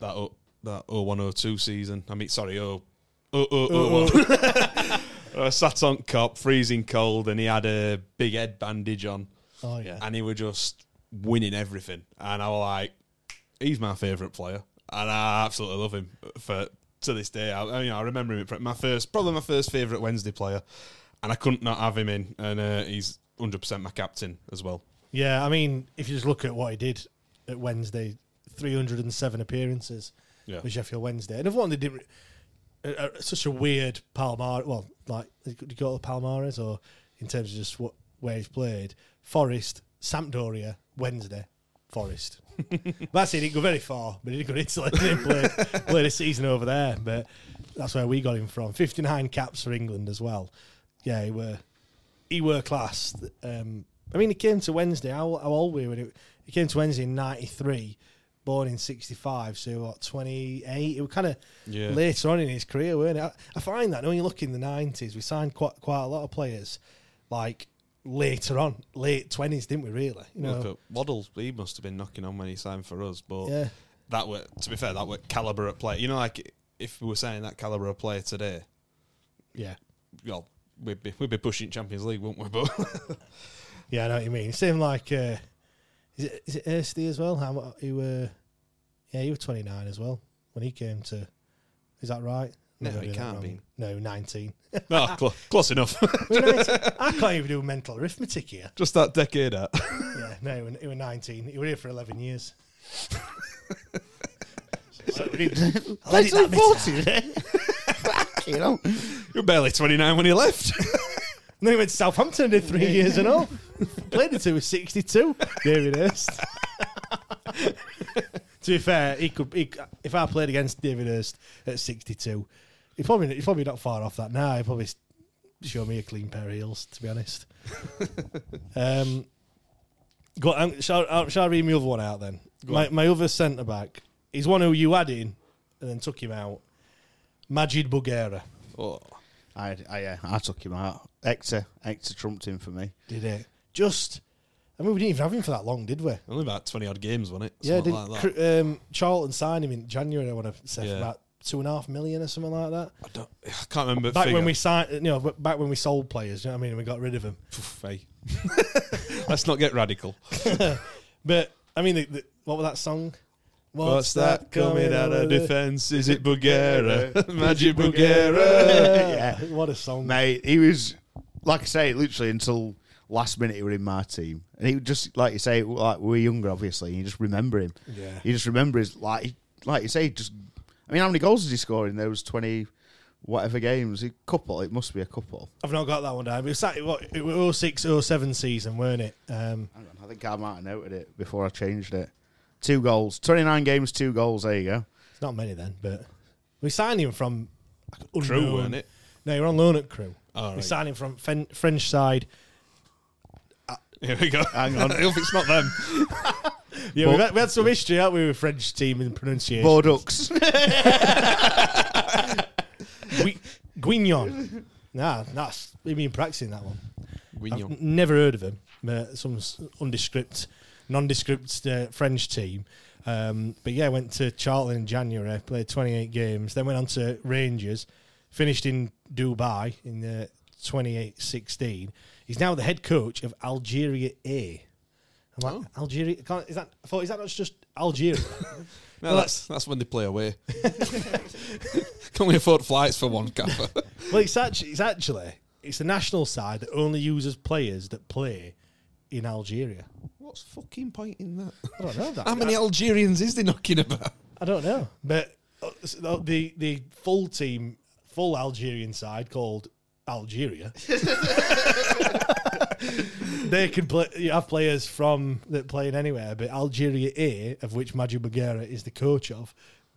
that, o, that 0102 season. I mean, sorry, oh, 0, 0, 0, 01. Oh, I sat on cop, freezing cold, and he had a big head bandage on. Oh, yeah. and he were just winning everything. And I was like, he's my favourite player, and I absolutely love him for to this day. I, I mean, I remember him at pre- my first, probably my first favourite Wednesday player, and I couldn't not have him in. And uh, he's hundred percent my captain as well. Yeah, I mean, if you just look at what he did at Wednesday, 307 appearances Yeah. with Sheffield Wednesday. Another one they did uh, uh, such a weird Palmar. Well, like they could go to Palmares or in terms of just what where he's played. Forest, Sampdoria, Wednesday, Forest. that's it. He didn't go very far, but he did go to Italy. He played, played a season over there, but that's where we got him from. Fifty nine caps for England as well. Yeah, he were he were class. Um, I mean, he came to Wednesday. How, how old were you? when He He came to Wednesday in '93, born in '65, so what, 28? It was kind of Yeah. later on in his career, weren't it? I, I find that when you look in the '90s, we signed quite quite a lot of players like later on, late 20s, didn't we? Really, you know, Look at Waddle, he must have been knocking on when he signed for us, but Yeah. that were to be fair, that were calibre of player. You know, like if we were saying that calibre of player today, yeah. well, we'd be we'd be pushing Champions League, wouldn't we? But Yeah, I know what you mean. Same like, uh, is it is it Erstey as well? How mu- he were? Yeah, he was twenty nine as well when he came to. Is that right? No, Maybe he I'm can't wrong. be. No, nineteen. no, cl- close enough. We're 19. I can't even do mental arithmetic here. Just that decade out. Yeah, no, he were- he was nineteen. He was here for eleven years. Let it Let's say that bit out. 40 then. Fucking hell. You're barely 29 when he left. And then he went to Southampton and did three years and all. Played until he was 62. David Hurst. to be fair, he could. He, if I played against David Hurst at 62, he probably he's probably not far off that now. He probably s- show me a clean pair of heels. To be honest. um, go. Um, shall, uh, shall I read my other one out then? My, my other centre back. He's one who you had in and then took him out. Majid Bugera. oh, I, I, yeah, I took him out. Hector, Hector trumped him for me. Did it? Just. I mean, we didn't even have him for that long, did we? only about 20 odd games, wasn't it? Yeah, Something did like that. Cr- um, Charlton signed him in January? I want to say for Yeah. about two and a half million or something like that. I, don't, I can't remember. Back figure. when we signed, you know, back when we sold players, you know what I mean, and we got rid of them. Pff, hey. Let's not get radical. But I mean, the, the, what was that song? What's that coming out of the- defence? Is it Bugera? Magic Uh, Bugera? Yeah, what a song! Mate, he was, like I say, literally until last minute he were in my team. And he would just, like you say, like we were younger, obviously, and you just remember him. Yeah. You just remember his, like, like you say, just, I mean, how many goals did he score in there? was 20, whatever games. A couple, it must be a couple. I've not got that one down. It was, that, what, it was 06, 07 season, weren't it? Um, Hang on, I think I might have noted it before I changed it. Two goals, twenty nine games, two goals. There you go. it's not many then, but we signed him from Crew, unknown- weren't it? No, you're on loan at Crew. All We right. signed him from Fen- French side. Here we go. Hang on. I hope it's not them. Yeah, we had, we had some history, haven't we, with French team in pronunciation. Bordeaux. Gui- Guignon. Nah, that's we've been practicing that one. I've Guignon. n- never heard of him. Uh, some s- undescript, nondescript uh, French team. Um, but yeah, went to Charlton in January, played 28 games, then went on to Rangers, finished in Dubai in the 2016. He's now the head coach of Algeria A. I'm like, Algeria? Can't, is that? I thought, is that not just Algeria? No, that's that's when they play away. Can we afford flights for one gaffer? Well, it's actually, it's actually it's the national side that only uses players that play in Algeria. What's fucking point in that? I don't know that. How many Algerians is they knocking about? I don't know, but uh, so the the full team, full Algerian side called Algeria. they can play. You have players from that playing anywhere, but Algeria A, of which Maju Bagheera is the coach of,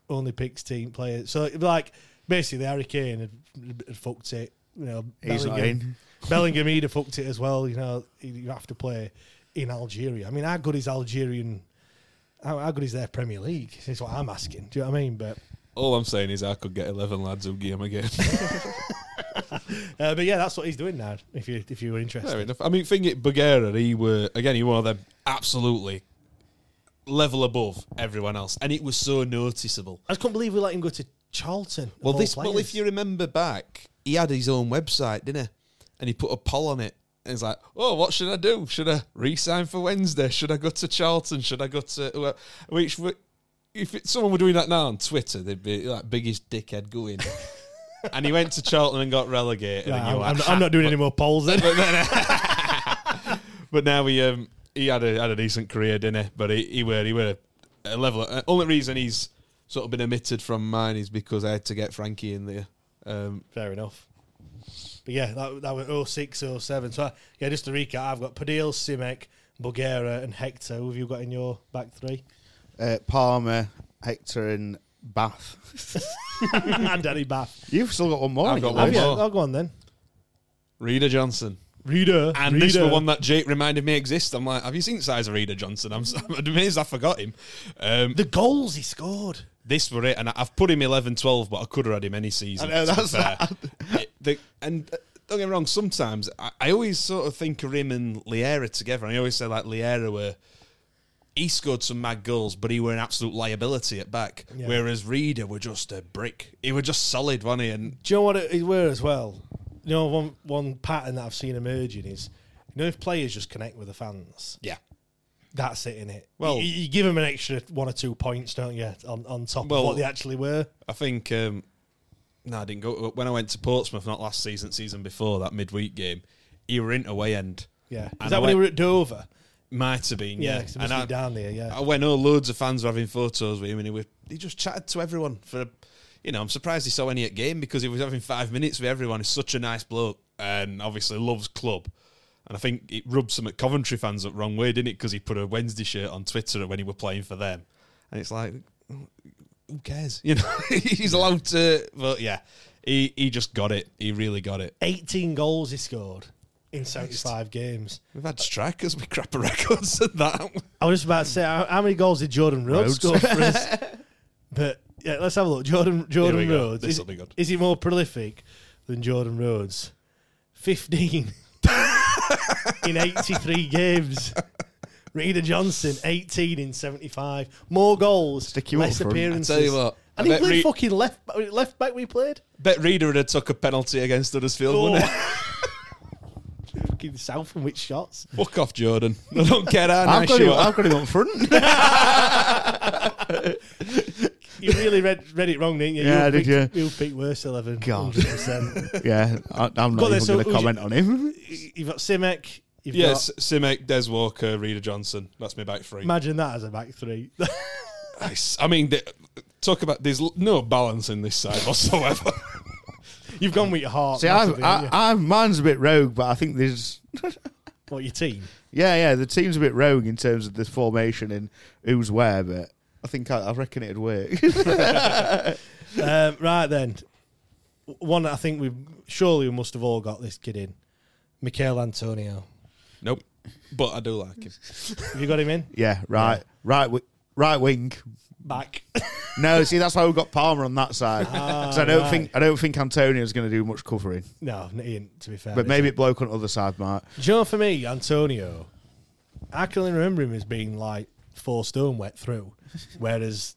only picks team players. So it'd be like basically, the Hurricane had, had fucked it. You know, He's not in. Bellingham he'd have fucked it as well. You know, you have to play in Algeria. I mean, how good is Algerian? How, how good is their Premier League? Is what I'm asking. Do you know what I mean? But All I'm saying is I could get 11 lads who game again. uh, but yeah, that's what he's doing now. If you if you were Fair interested, enough. I mean, thing it, Bagheera, he were again, he were them absolutely level above everyone else, and it was so noticeable. I just can't believe we let him go to Charlton. of Well, all this, well, players. if you remember back, he had his own website, didn't he? And he put a poll on it. And he's like, oh, what should I do? Should I re-sign for Wednesday? Should I go to Charlton? Should I go to whoever? which? were- If it, someone were doing that now on Twitter, they'd be like biggest dickhead going. and he went to Charlton and got relegated. Nah, and I'm, you're like, I'm not- I'm not doing any more polls. Then But now he um he had a had a decent career, didn't he? But he, he were he were a, a level. Uh, only reason he's sort of been omitted from mine is because I had to get Frankie in there. Um, Fair enough. But yeah, that, that was 06, 07. So, yeah, just to recap, I've got Padil, Simek, Bulgaria, and Hector. Who have you got in your back three? Uh, Palmer, Hector, and Bath. and Danny Bath. You've still got one more. I've haven't got you, one Liz? more. Yeah, I'll Oh, go on then. Reader Johnson, Reader. and this was one that Jake reminded me exists. I'm like, have you seen size of Reader Johnson? I'm, so- I'm amazed I forgot him. Um, The goals he scored. this were it, and I- I've put him 11, 12, but I could have had him any season. I know, to be that's fair. It- the- and uh, don't get me wrong, sometimes I, I always sort of think of him and Liera together. And I always say like Liera were he scored some mad goals, but he were an absolute liability at back. Yeah. Whereas Reader were just a brick. He were just solid, wasn't he? And Do you know what it, it were as well? You know, one, one pattern that I've seen emerging is, you know, if players just connect with the fans, yeah. that's it, innit? Well- you, you give them an extra one or two points, don't you, on, on top Well- of what they actually were. I think um, no, I didn't go when I went to Portsmouth, not last season, season before that midweek game, he were into away end. Yeah. Is And I that when they went- were at Dover? Might have been, yeah. Yeah, 'cause it must And be I- down there, yeah. I went, oh, loads of fans were having photos with him, and he, was, he just chatted to everyone for, you know, I'm surprised he saw any at game because he was having five minutes with everyone. He's such a nice bloke and obviously loves club. And I think it rubbed some at Coventry fans the wrong way, didn't it? Because he put a Wednesday shirt on Twitter when he were playing for them. And it's like, who cares? You know, he's allowed to, but yeah, he, he just got it. He really got it. 18 goals he scored in 75 games. We've had strikers with crapper records and that. I was just about to say, how, how many goals did Jordan Rhodes, score for us? But yeah, let's have a look. Jordan we Jordan go. Rhodes. This'll is, be good. is he more prolific than Jordan Rhodes? 15 in 83 games. Reader Johnson, 18 in 75. More goals, Stick you up less for him. I tell appearances. you what, And I he bet played Re- fucking left, left back we played. Bet Reader would have took a penalty against Huddersfield, wouldn't he? fucking south from which shots. Fuck off, Jordan. I don't care how I've, nice got him, you are. I've got him up front. You really read read it wrong, didn't you? Yeah, you did picked, you? picked worse 11. God. 100%. yeah, I, I'm Got not there, even so going to who's comment your- on him. You've got Simek. You've Yes, got, Simek, Des Walker, Reader Johnson. That's my back three. imagine that as a back three. Nice. I mean, the, talk about there's l- no balance in this side whatsoever. You've gone with your heart. See, I've, massively, I, haven't you? I've, mine's a bit rogue, but I think there's, What, your team? yeah, yeah, the team's a bit rogue in terms of the formation and who's where, but I think I, I reckon it'd work. um, right then, one that I think we surely we must have all got this kid in, Michael Antonio. Nope. But I do like him. Have you got him in? yeah, right, right, wi- right wing. Back. No, see, that's why we've got Palmer on that side. 'Cause I don't Ah, right. think I don't think Antonio's going to do much covering, no, he ain't, to be fair. but maybe bloke on the other side might. Do you know, for me, Antonio, I can only remember him as being like four stone wet through, whereas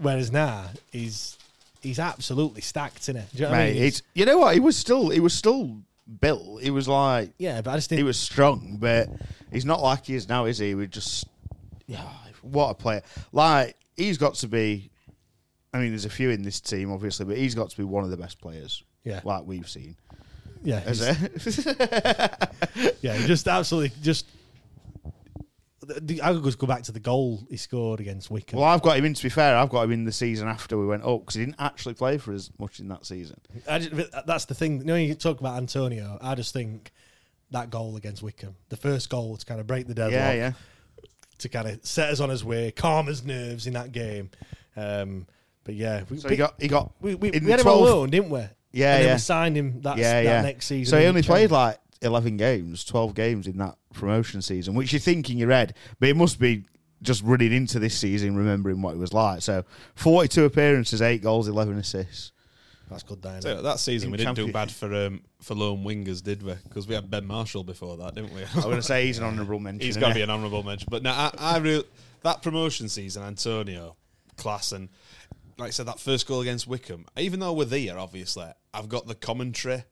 whereas now he's he's absolutely stacked in it. Do you know what I Mate, mean? it's you know what? He was still he was still built. He was like yeah, but I just he didn't. was strong, but he's not like he is now, is he? We just yeah, what a player! Like he's got to be. I mean, there's a few in this team, obviously, but he's got to be one of the best players. Yeah. like we've seen. yeah, Is he's- yeah, he just absolutely just. the- the- I could just go back to the goal he scored against Wickham. well, I've got him in. To be fair, I've got him in the season after we went up because he didn't actually play for us much in that season. I just, but that's the thing. You know, you talk about Antonio. I just think that goal against Wickham, the first goal to kind of break the deadlock, yeah, yeah. to kind of set us on his way, calm his nerves in that game. Um, but yeah, we, So he got he got we, we, in we the had him 12 on loan, didn't we? Yeah, and Then yeah. we signed him that, yeah, that yeah. next season. So he in only January. played like eleven games, twelve games in that promotion season, which you think in your head, but it must be just running into this season, remembering what it was like. So forty-two appearances, eight goals, eleven assists. That's good, Dino. So that season In we didn't do champion- bad for um, for lone wingers, did we? Because we had Ben Marshall before that, didn't we? I'm going to say he's an honourable mention. He's got to be innit? an honourable mention. But no, I, I real that promotion season, Antonio, class, and like I said, that first goal against Wickham. Even though we're there, obviously, I've got the commentary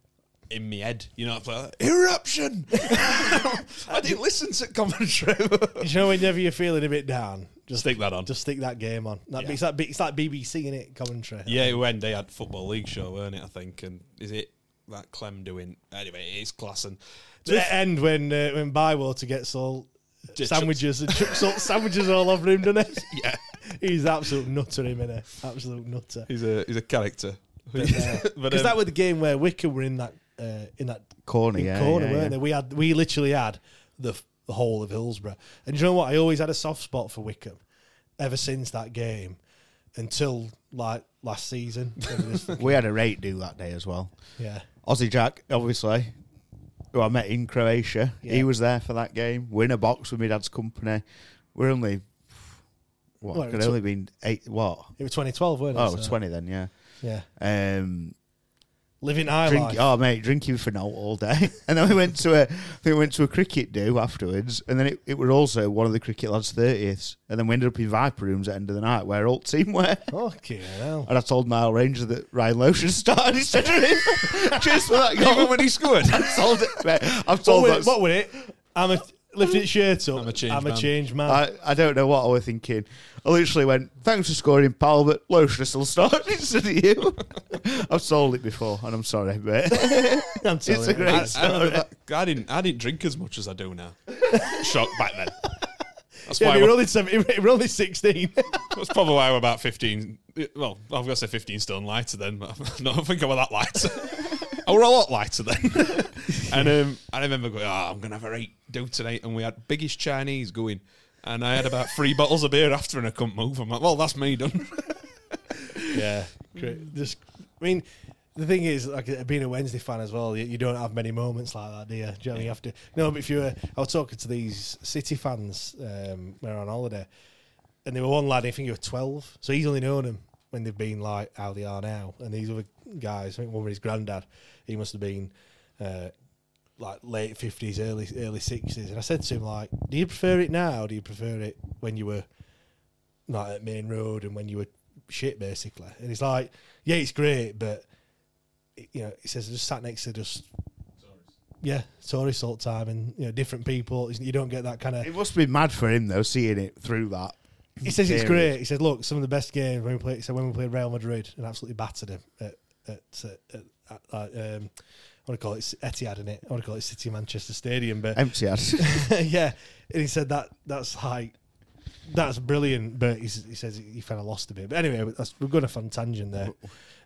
in my head. You know, it's like, eruption. I didn't listen to commentary. Do you know whenever you're feeling a bit down, just Stick that on. Just stick that game on. That, it's, that, it's like BBC in it commentary. yeah, when they had football league show, weren't it? I think, and is it that Clem doing? Anyway, it's class and. To the end when uh, when Bywater gets all Just sandwiches and chucks all sandwiches all over him, doesn't it? Yeah. He's absolute nutter him in it. Absolute nutter. He's a he's a character. Because But, um, that was the game where Wickham were in that uh, in that Corner, in yeah, corner, yeah, weren't yeah. they? We had we literally had the, f- the whole of Hillsborough, and you know what? I always had a soft spot for Wickham ever since that game until like last season. When we just- We had a rate do that day as well. yeah, Aussie Jack, obviously, who I met in Croatia. He Yeah. was there for that game. We're in a box with my dad's company. We're only what Well, could it's- only been eight. What? it was 2012, weren't it? Oh, So, 20 then, yeah. Yeah, Um, living high drink, life. oh mate, drinking for now all day, and then we went to a I think we went to a cricket do afterwards, and then it, it was also one of the cricket lads' thirtieths, and then we ended up in Viper rooms at the end of the night where all team were, Fucking hell. and I told Nile Ranger that Ryan Lotion started instead of him, just for that goal. even when he scored. I told it, mate, I've What told were, that. what were it? I'm a lift his shirt up. I'm a change man. change man. I, I don't know what I was thinking. I literally went, thanks for scoring, pal, but Lotion still started instead of you. I've sold it before, and I'm sorry, mate. I'm telling it's a you. great I, I remember that. I didn't. I didn't drink as much as I do now. Shock back then. That's Yeah, why. we were We're, only seven, we were only sixteen. that's probably why we're about fifteen. Well, I've got to say fifteen stone lighter then. But I don't think I were that light. I were a lot lighter then. and um, I remember going, "Oh, I'm gonna have a right do tonight." And we had biggest Chinese going, and I had about three bottles of beer after, and I couldn't move. I'm like, "Well, that's me done." yeah, great. Just, I mean, the thing is, like uh, being a Wednesday fan as well, you, you don't have many moments like that, do you? Do you, know, you have to. No, but if you were, I was talking to these City fans um, when we were on holiday, and there were one lad, I think he was twelve, so he's only known them when they've been like how they are now. And these other guys, I think one was his granddad, he must have been. Uh, like late fifties, early early sixties, and I said to him like, "Do you prefer it now? Or do you prefer it when you were like at Main Road and when you were shit basically. And he's like, yeah, it's great, but you know, he says I just sat next to just yeah, tourist all the time and you know different people. He's- You don't get that kind It of. must be mad for him though, seeing it through that. He says it's serious. great. He said, look, some of the best games when we played. He said when we played Real Madrid and absolutely battered him at at, at, at, at um, I want to call it Etihad in it. I want to call it City Manchester Stadium, but Empty ass. yeah, and he said that that's like that's brilliant, but he's, he says he kind of lost a bit. But anyway, that's, we're going off on tangent there,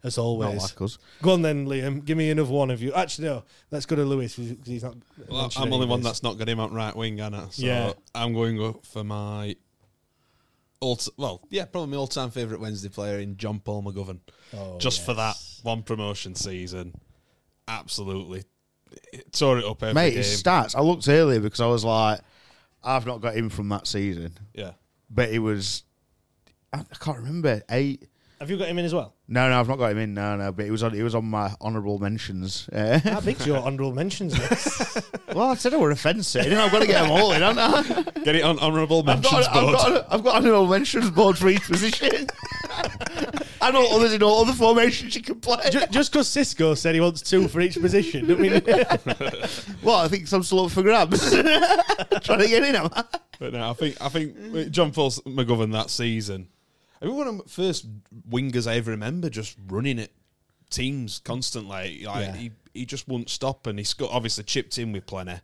as always. like us. Go on then, Liam. Give me another one of you. Actually, no. Let's go to Lewis because he's not. Well, mentioned I'm only any one of that's not got him on right wing, and so Yeah. I'm going up for my all. Well, yeah, probably my all-time favorite Wednesday player in John Paul McGovern. Oh, Just for that yes. one promotion season, absolutely it tore it up every Mate, game. his stats. I looked earlier because I was like, I've not got him from that season, yeah, but it was. I, I can't remember eight. Have you got him in as well? No, no, I've not got him in. No, no, but it was on. It was on my honourable mentions. Uh, How big's your honourable mentions list? well, I said I were offensive. You know, I've got to get them all in, haven't I? get it on honourable I've mentions got, I've, board. got, I've got honourable mentions board for each position. and all others in all other formations you can play. Ju- Just because Cisco said he wants two for each position, don't mean well, I think some still up for grabs. Trying to get in, am I? But no, I think I think John Paul McGovern that season. I mean, one of the first wingers I ever remember just running at teams constantly. Like Yeah. he, he just wouldn't stop, and he sco- obviously chipped in with plenty,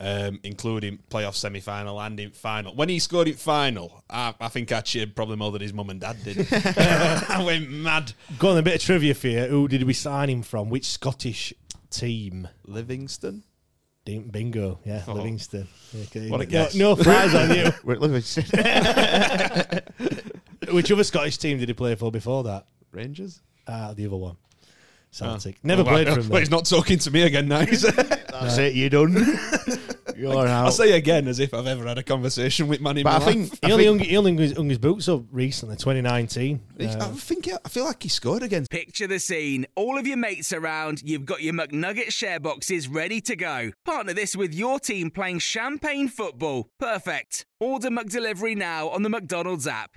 um, including playoff semi final and in final. When he scored in final, I, I think I cheered probably more than his mum and dad did. I went mad. Go on, a bit of trivia for you. Who did we sign him from? Which Scottish team? Livingston. Ding- Bingo, yeah, Oh. Livingston. Okay. What a No- guess. No, fries on you. We're at Livingston. Which other Scottish team did he play for before that? Rangers. Ah, the other one. Celtic. Ah. Never Oh, played right. for him. Well, though. he's not talking to me again now. is he? That's it, you done. You're I out. say again as if I've ever had a conversation with Manny. But I think, He only, hung, he only hung his, hung his boots up recently, 2019. I Uh, think I feel like he scored again. Picture the scene. All of your mates around, you've got your McNugget share boxes ready to go. Partner this with your team playing champagne football. Perfect. Order McDelivery now on the McDonald's app.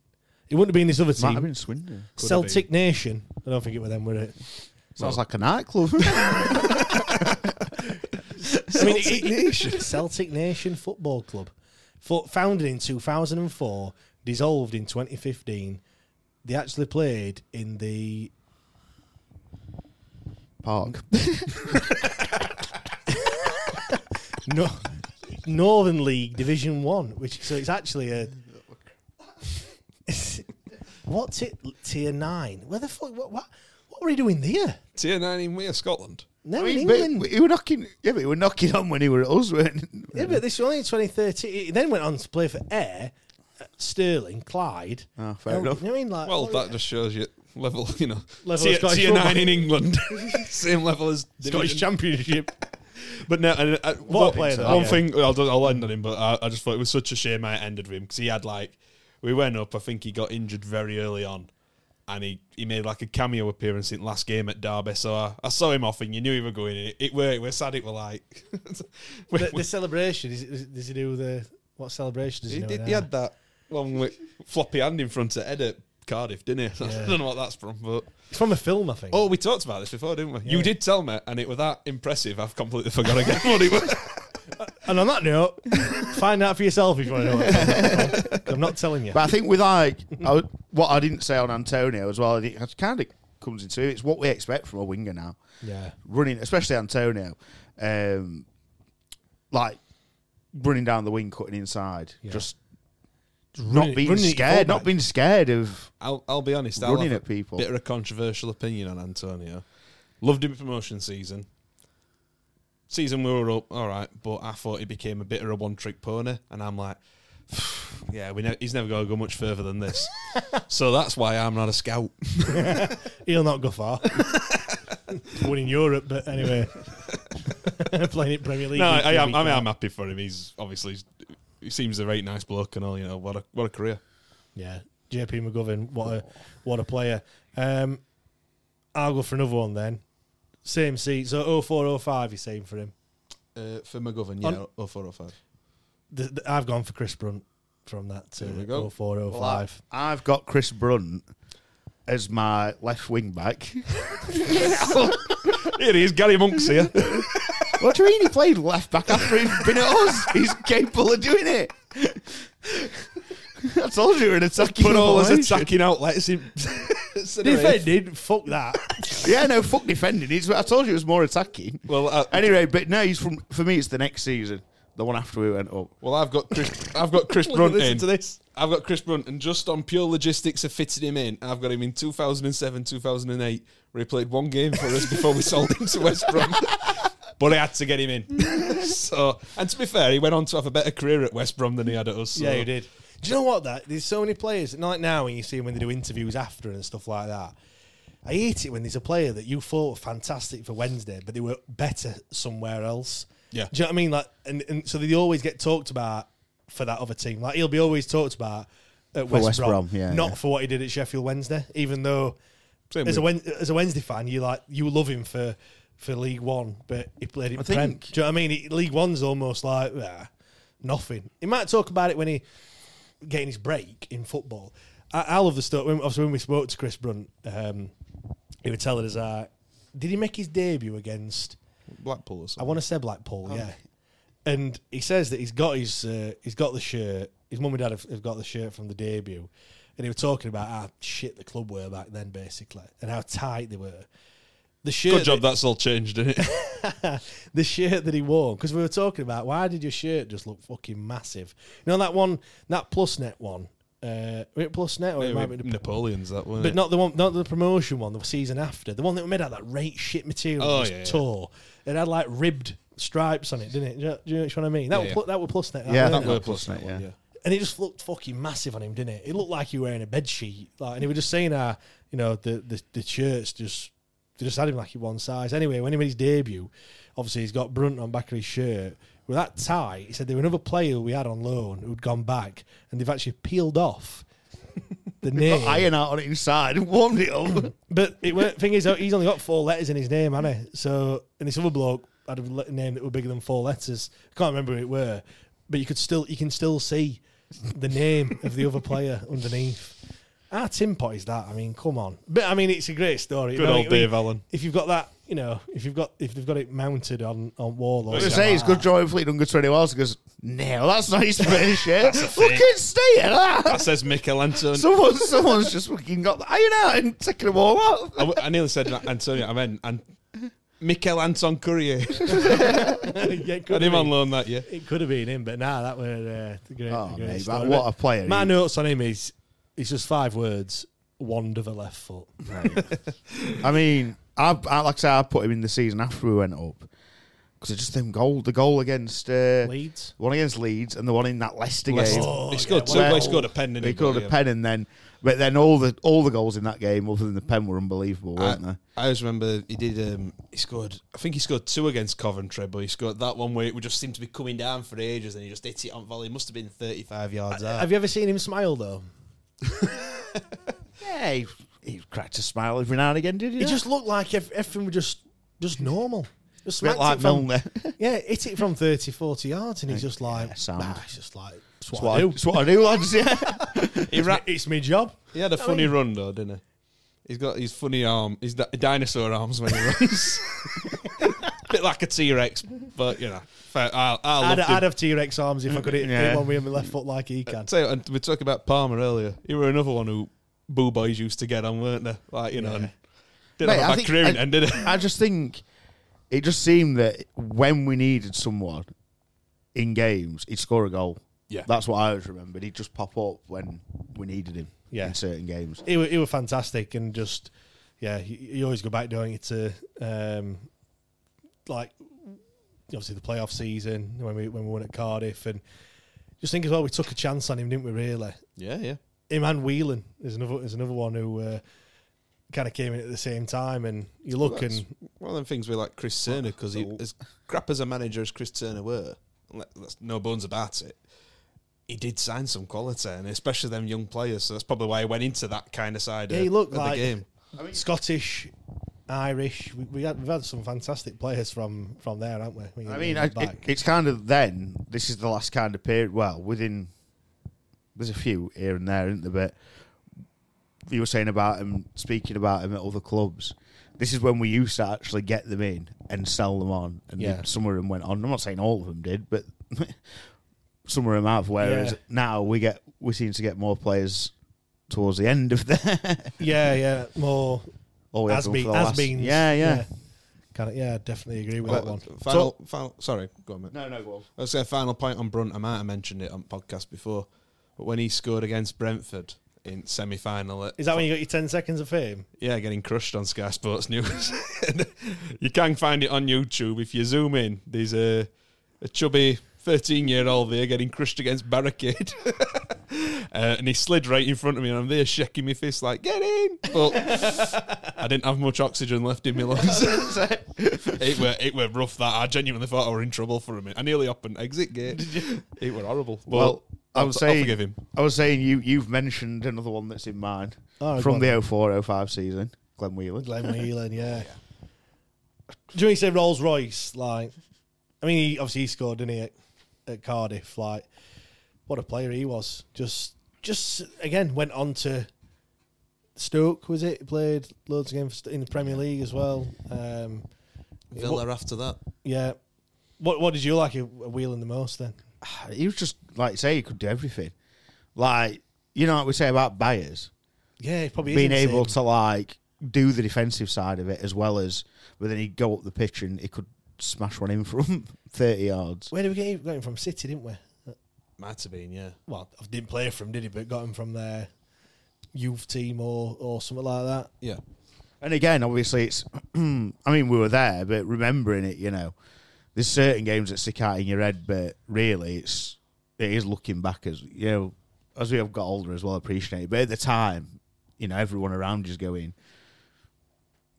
He wouldn't have been this other might team. have been Swindon. Celtic Nation. I don't think it were them, were it? Sounds like a nightclub. Celtic Nation. Celtic Nation Football Club, Fo founded in 2004, dissolved in 2015. They actually played in the Park. no- Northern League Division One, which so it's actually a what's it tier nine? Where the fuck? What? What, what were he doing there? Tier 9 in Wales, Scotland. No, I in mean, England. but he were knocking. Yeah, but he were knocking on when he were at us, weren't he? Yeah, but this was only in 2013. He then went on to play for Air, uh, Sterling, Clyde. Oh, fair You know enough. what I mean, like, Well, what- that just shows you level, you know. Level of tier Scottish tier 9 football. in England. Same level as Division. Championship. But no, and, uh, What a one- player, though, One yeah. thing, I'll, do- I'll end on him, but I, I just thought it was such a shame I ended with him because he had like, we went up, I think he got injured very early on. And he, he made like a cameo appearance in last game at Derby, so I, I saw him off, and you knew he were going in. It, it were it were sad. It were like we- the, we- the celebration is, is does he do the what celebration does he, He, do did, with he that? had that long wi- floppy hand in front of Ed at Cardiff, didn't he? I don't know what that's from, but it's from a film I think oh, we talked about this before, didn't we? You did tell me, and it was that impressive. I've completely forgot again what it was. and on that note find out for yourself if you want to know what it's from. I'm not telling you But I think with like I, was- what I didn't say on Antonio as well, it kind of comes into it's what we expect from a winger now. yeah running, especially Antonio, um, like running down the wing, cutting inside, Yeah. just running- not being running at your scared, fullback. not being scared of. I'll, I'll be honest, I'll Running have at people. Bit of a controversial opinion on Antonio. Loved him promotion season. Season we were up, all right, but I thought he became a bit of a one trick pony, and I'm like, yeah, we ne- he's never going to go much further than this. so that's why I'm not a scout. he'll not go far winning Europe, but anyway, playing it Premier League. No, week I, I in, am. week I mean, out. I'm happy for him. He's obviously he seems a very nice bloke and all. You know what a what a career. Yeah, JP McGovern, what a what a player. Um, I'll go for another one then. Same seat, so 0405 you're saying for him. Uh, for McGovern, On- yeah, oh four oh five. The, the- I've gone for Chris Brunt from that uh, oh There we go. to 0405. I've got Chris Brunt as my left wing back. Here he is, Gary Monk's here. what do you mean he played left back after he's been at us? He's capable of doing it. I told you we're an attacking. Put all his formation. attacking outlets in. Defended, fuck that. Yeah, no, fuck defending. He's, I told you it was more attacking. Well, uh, anyway, but no, he's from. For me, it's the next season, the one after we went up. Well, I've got Chris, I've got Chris Look at- Brunt listen in. to this. I've got Chris Brunt, and just on pure logistics of fitting him in, I've got him in 2007, 2008, where he played one game for us before we sold him to West Brom. But I had to get him in. so, and to be fair, he went on to have a better career at West Brom than he had at us. So. Yeah, you did. Do you know what? That there's so many players. Like now, when you see when they do interviews after and stuff like that, I hate it when there's a player that you thought were fantastic for Wednesday, but they were better somewhere else. Yeah. do you know what I mean? Like, and, and so they always get talked about for that other team. Like he'll be always talked about at West, West Brom, Brom, yeah, not yeah. for what he did at Sheffield Wednesday. Even though Same as a with- Wen- as a Wednesday fan, you like you love him for for League One, but he played in I Prem. think- Do you know what I mean? He- League One's almost like ah, nothing. He might talk about it when he getting his break in football. I, I love the stuff. When, obviously, when we spoke to Chris Brunt, um, he was telling us, uh, did he make his debut against? Blackpool or I something. want to say Blackpool, Oh. yeah. And he says that he's got his uh, he's got the shirt. His mum and dad have, have got the shirt from the debut, and he was talking about how shit the club were back then, basically, and how tight they were. The shirt, Good job, that's all changed, isn't it? the shirt that he wore, because we were talking about why did your shirt just look fucking massive? You know that one, that plus net one, uh, was it plus net or it might be the Napoleon's that one. but not the one, not the promotion one, the season after. The one that was made out of that rate shit material Oh, that was yeah, yeah. tore. It had like ribbed stripes on it, didn't it? Do you, do you know what I mean? That, Yeah, were, yeah. plu- that were plus net. Yeah, weren't that it? were plus that mate, one, yeah. yeah. And it just looked fucking massive on him, didn't it? It looked like he were wearing a bed sheet. Like, and he was just saying, uh, you know, the, the, the shirts just they just had him like he one size. Anyway, when he made his debut, obviously he's got Brunt on back of his shirt. With that tie, he said there were another player we had on loan who'd gone back and they've actually peeled off the name. Got iron out on it inside and warmed it up. But it went, thing is, he's only got four letters in his name, hasn't he? So, and this other bloke had a le- name that were bigger than four letters. I can't remember who it were, but you could still, you can still see the name of the other player underneath. How tin pot is that? I mean, come on. But I mean, it's a great story. Good I mean, old I mean, Dave Allen. If you've got that, you know, if you've got, if they've got it mounted on on wall or I something say like it's good that. drawing Fleet under 20 whilst because, no, that's not his first shirt. Fucking stay at that. that says Michelangelo. Someone, someone's just fucking got the iron out and taking them all off. I, w- I nearly said Antonio. I meant and Mikel Anton Courier. yeah, it could have Had him on been. loan that year. It could have been him, but nah, that were uh, a great. Oh, a great mate, story. but what a player. My he- notes on him is it's just five words: wand of a left foot. I mean, I, I like I say, I put him in the season after we went up because I just them goal, the goal against uh, Leeds. the one against Leeds and the one in that Leicester Leicester. game. he scored yeah, two. well- he scored a pen. didn't They called a Yeah. pen, and then but then all the all the goals in that game, other than the pen, were unbelievable, weren't I, they? I always remember he did. Um, he scored. I think he scored two against Coventry, but he scored that one where it would just seem to be coming down for ages, and he just hit it on volley. It must have been thirty-five yards Uh, out. Have you ever seen him smile though? Yeah, he, he cracked a smile every now and again, did he? It just looked like ev- everything was just just normal. Just a bit smacked like it from, Milner. yeah, hit it from 30, 40 yards, and he's just like, sound. "Ah, it's just like, it's what, That's what, I I, do. that's what I do, lads. Yeah, It's me- it's my job. he had a funny run though, didn't he? He's got his funny arm, his di- dinosaur arms when he runs. Bit like a T Rex, but you know, fair, I, I I'd, loved him. I'd have T Rex arms if I could hit, Yeah. hit one with my left foot like he can. Tell you, and we talked about Palmer earlier. He were another one who boo boys used to get on, weren't they? Like you know, and didn't Mate, have a I bad think- career in I- the end, did he? I just think it just seemed that when we needed someone in games, he'd score a goal. Yeah. that's what I always remembered. He'd just pop up when we needed him. Yeah. in certain games. He were, he were fantastic and just, yeah, you, you always go back, don't you, to um, like obviously the playoff season when we when we won at Cardiff and just think as well we took a chance on him, didn't we? Really, Yeah, yeah. him and Whelan is another is another one who uh, kind of came in at the same time, and you look That's and one of them things with like Chris Turner because he as crap as a manager as Chris Turner were, and let- that's no bones about it. He did sign some quality, and especially them young players. So that's probably why he went into that kind of side. Yeah, of, he looked of like the game. Scottish, Irish. We, we had, we've had some fantastic players from from there, haven't we? When you I mean, I, look it, back. it's kind of then. This is the last kind of period. Well, within there's a few here and there, isn't there? But you were saying about him, speaking about him at other clubs. This is when we used to actually get them in and sell them on, and Yeah. some of them went on. I'm not saying all of them did, but some of them have. Whereas Yeah. now we get we seem to get more players towards the end of the. yeah, yeah, more all we have has done for been, the has last- been. Yeah, yeah. uh, Kind of, yeah, definitely agree with Well, that one. Final, final, sorry, go on, mate. No, no, go on. I was going final point on Brunt. I might have mentioned it on podcast before, but when he scored against Brentford in semi final at Is that when you got your ten seconds of fame? yeah, getting crushed on Sky Sports News. you can find it on YouTube if you zoom in. There's a, a chubby 13 year old there getting crushed against barricade, Uh, and he slid right in front of me, and I'm there shaking my fist like "Get in!" But I didn't have much oxygen left in my lungs. it were it were rough. That I genuinely thought I were in trouble for a minute. I nearly up an exit gate. It were horrible. But Well, I I'll- was I'll saying, forgive him. I was saying you you've mentioned another one that's in mine Oh, go from on the 0405 season, Glenn Whelan. Glenn Whelan, yeah. Do you want to say Rolls Royce? Like, I mean, he, obviously he scored, didn't he, at, at Cardiff? Like, what a player he was. Just, just again went on to Stoke. Was it played loads of games for Sto- in the Premier League as well? Um, Villa after that. yeah. What What did you like of Whelan the most then? He was just like you say he could do everything. Like you know what we say about buyers Yeah, he probably being is able insane. to like do the defensive side of it as well as, but then he'd go up the pitch and he could smash one in from 30 yards. Where did we get him? Got him from City, didn't we? Might have been, yeah. Well, I didn't play for him, did he? But got him from their youth team or or something like that. Yeah. And again, obviously, it's. I mean, we were there, but remembering it, you know, there's certain games that stick out in your head, but really, it's it is looking back as you know, as we have got older as well, appreciate it. But at the time, you know, everyone around you's going,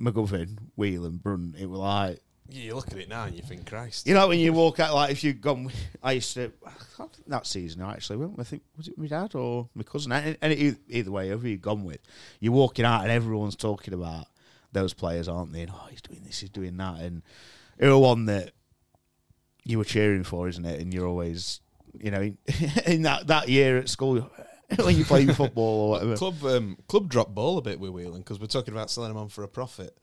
McGuffin, Whelan, Brunt. It was like. Yeah, you look at it now and you think, Christ. You know when you walk out, like if you've gone, I used to I can't think that season actually. Went, I think was it my dad or my cousin? And either, either way, whoever you've gone with, you're walking out and everyone's talking about those players, aren't they? And oh, he's doing this, he's doing that, and who are one that you were cheering for, isn't it? And you're always, you know, in, that that year at school when you're playing football or whatever. Club um, club dropped ball a bit with Whelan because we're talking about selling him on for a profit.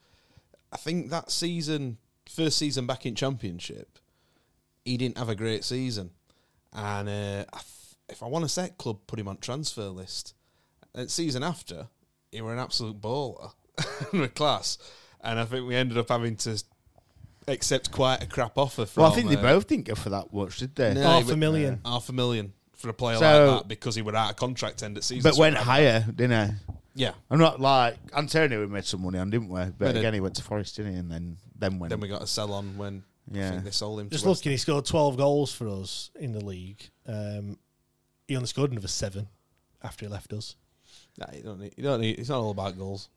I think that season, first season back in Championship, he didn't have a great season, and uh, I th- if I want to say, it, club put him on transfer list. And season after, he were an absolute baller with class, and I think we ended up having to accept quite a crap offer from. well, I think they uh, both didn't go for that much, did they? no, Half he a wa- million. half a million for a player So- like that because he were out of contract end at season. but so- went higher, didn't they? yeah. I'm not like Antonio. We made some money on, didn't we? But Made a- again, he went to Forest, didn't he? And then then went. Then we got a sell on when Yeah. I think they sold him. Just to West- looking, he scored 12 goals for us in the league. Um, he only scored another seven after he left us. Nah, you don't need. You don't need. It's not all about goals.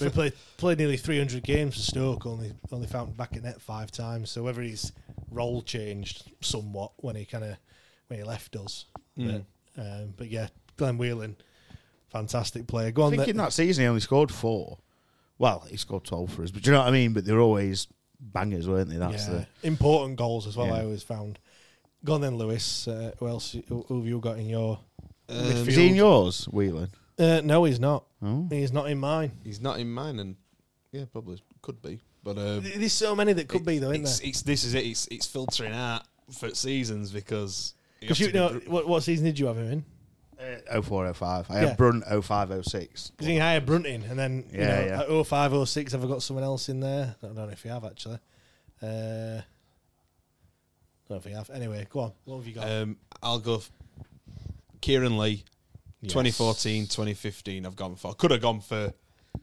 we played, played nearly 300 games for Stoke, only only found back at net five times. So whether his role changed somewhat when he kind of when he left us, Hmm. but, um, but yeah, Glenn Whelan, fantastic player. Go on, thinking then. that season he only scored four. Well, he scored twelve for us, but do you know what I mean? But they're always bangers, weren't they? That's yeah, the important goals as well. Yeah. I always found. Go on then, Lewis. Uh, who else? Who, who have you got in your? Um, is he in midfield? yours, Whelan? Uh, no, he's not. Oh. He's not in mine. He's not in mine, and yeah, probably could be. But um, Th- There's so many that could be though, isn't it's, there? it's this is it. It's it's filtering out for seasons because Because you know what, what season did you have him in? Oh four, oh five. I Yeah. had Brunt oh five, oh six. Because he hired Brunton, and then you Yeah, know, oh, yeah. at 05, 06, have I got someone else in there? I don't know if you have actually. Uh, I don't know if you have. Anyway, go on. What have you got? um, I'll go. f- Kieran Lee, Yes. 2014, 2015. I've gone for. Could have gone for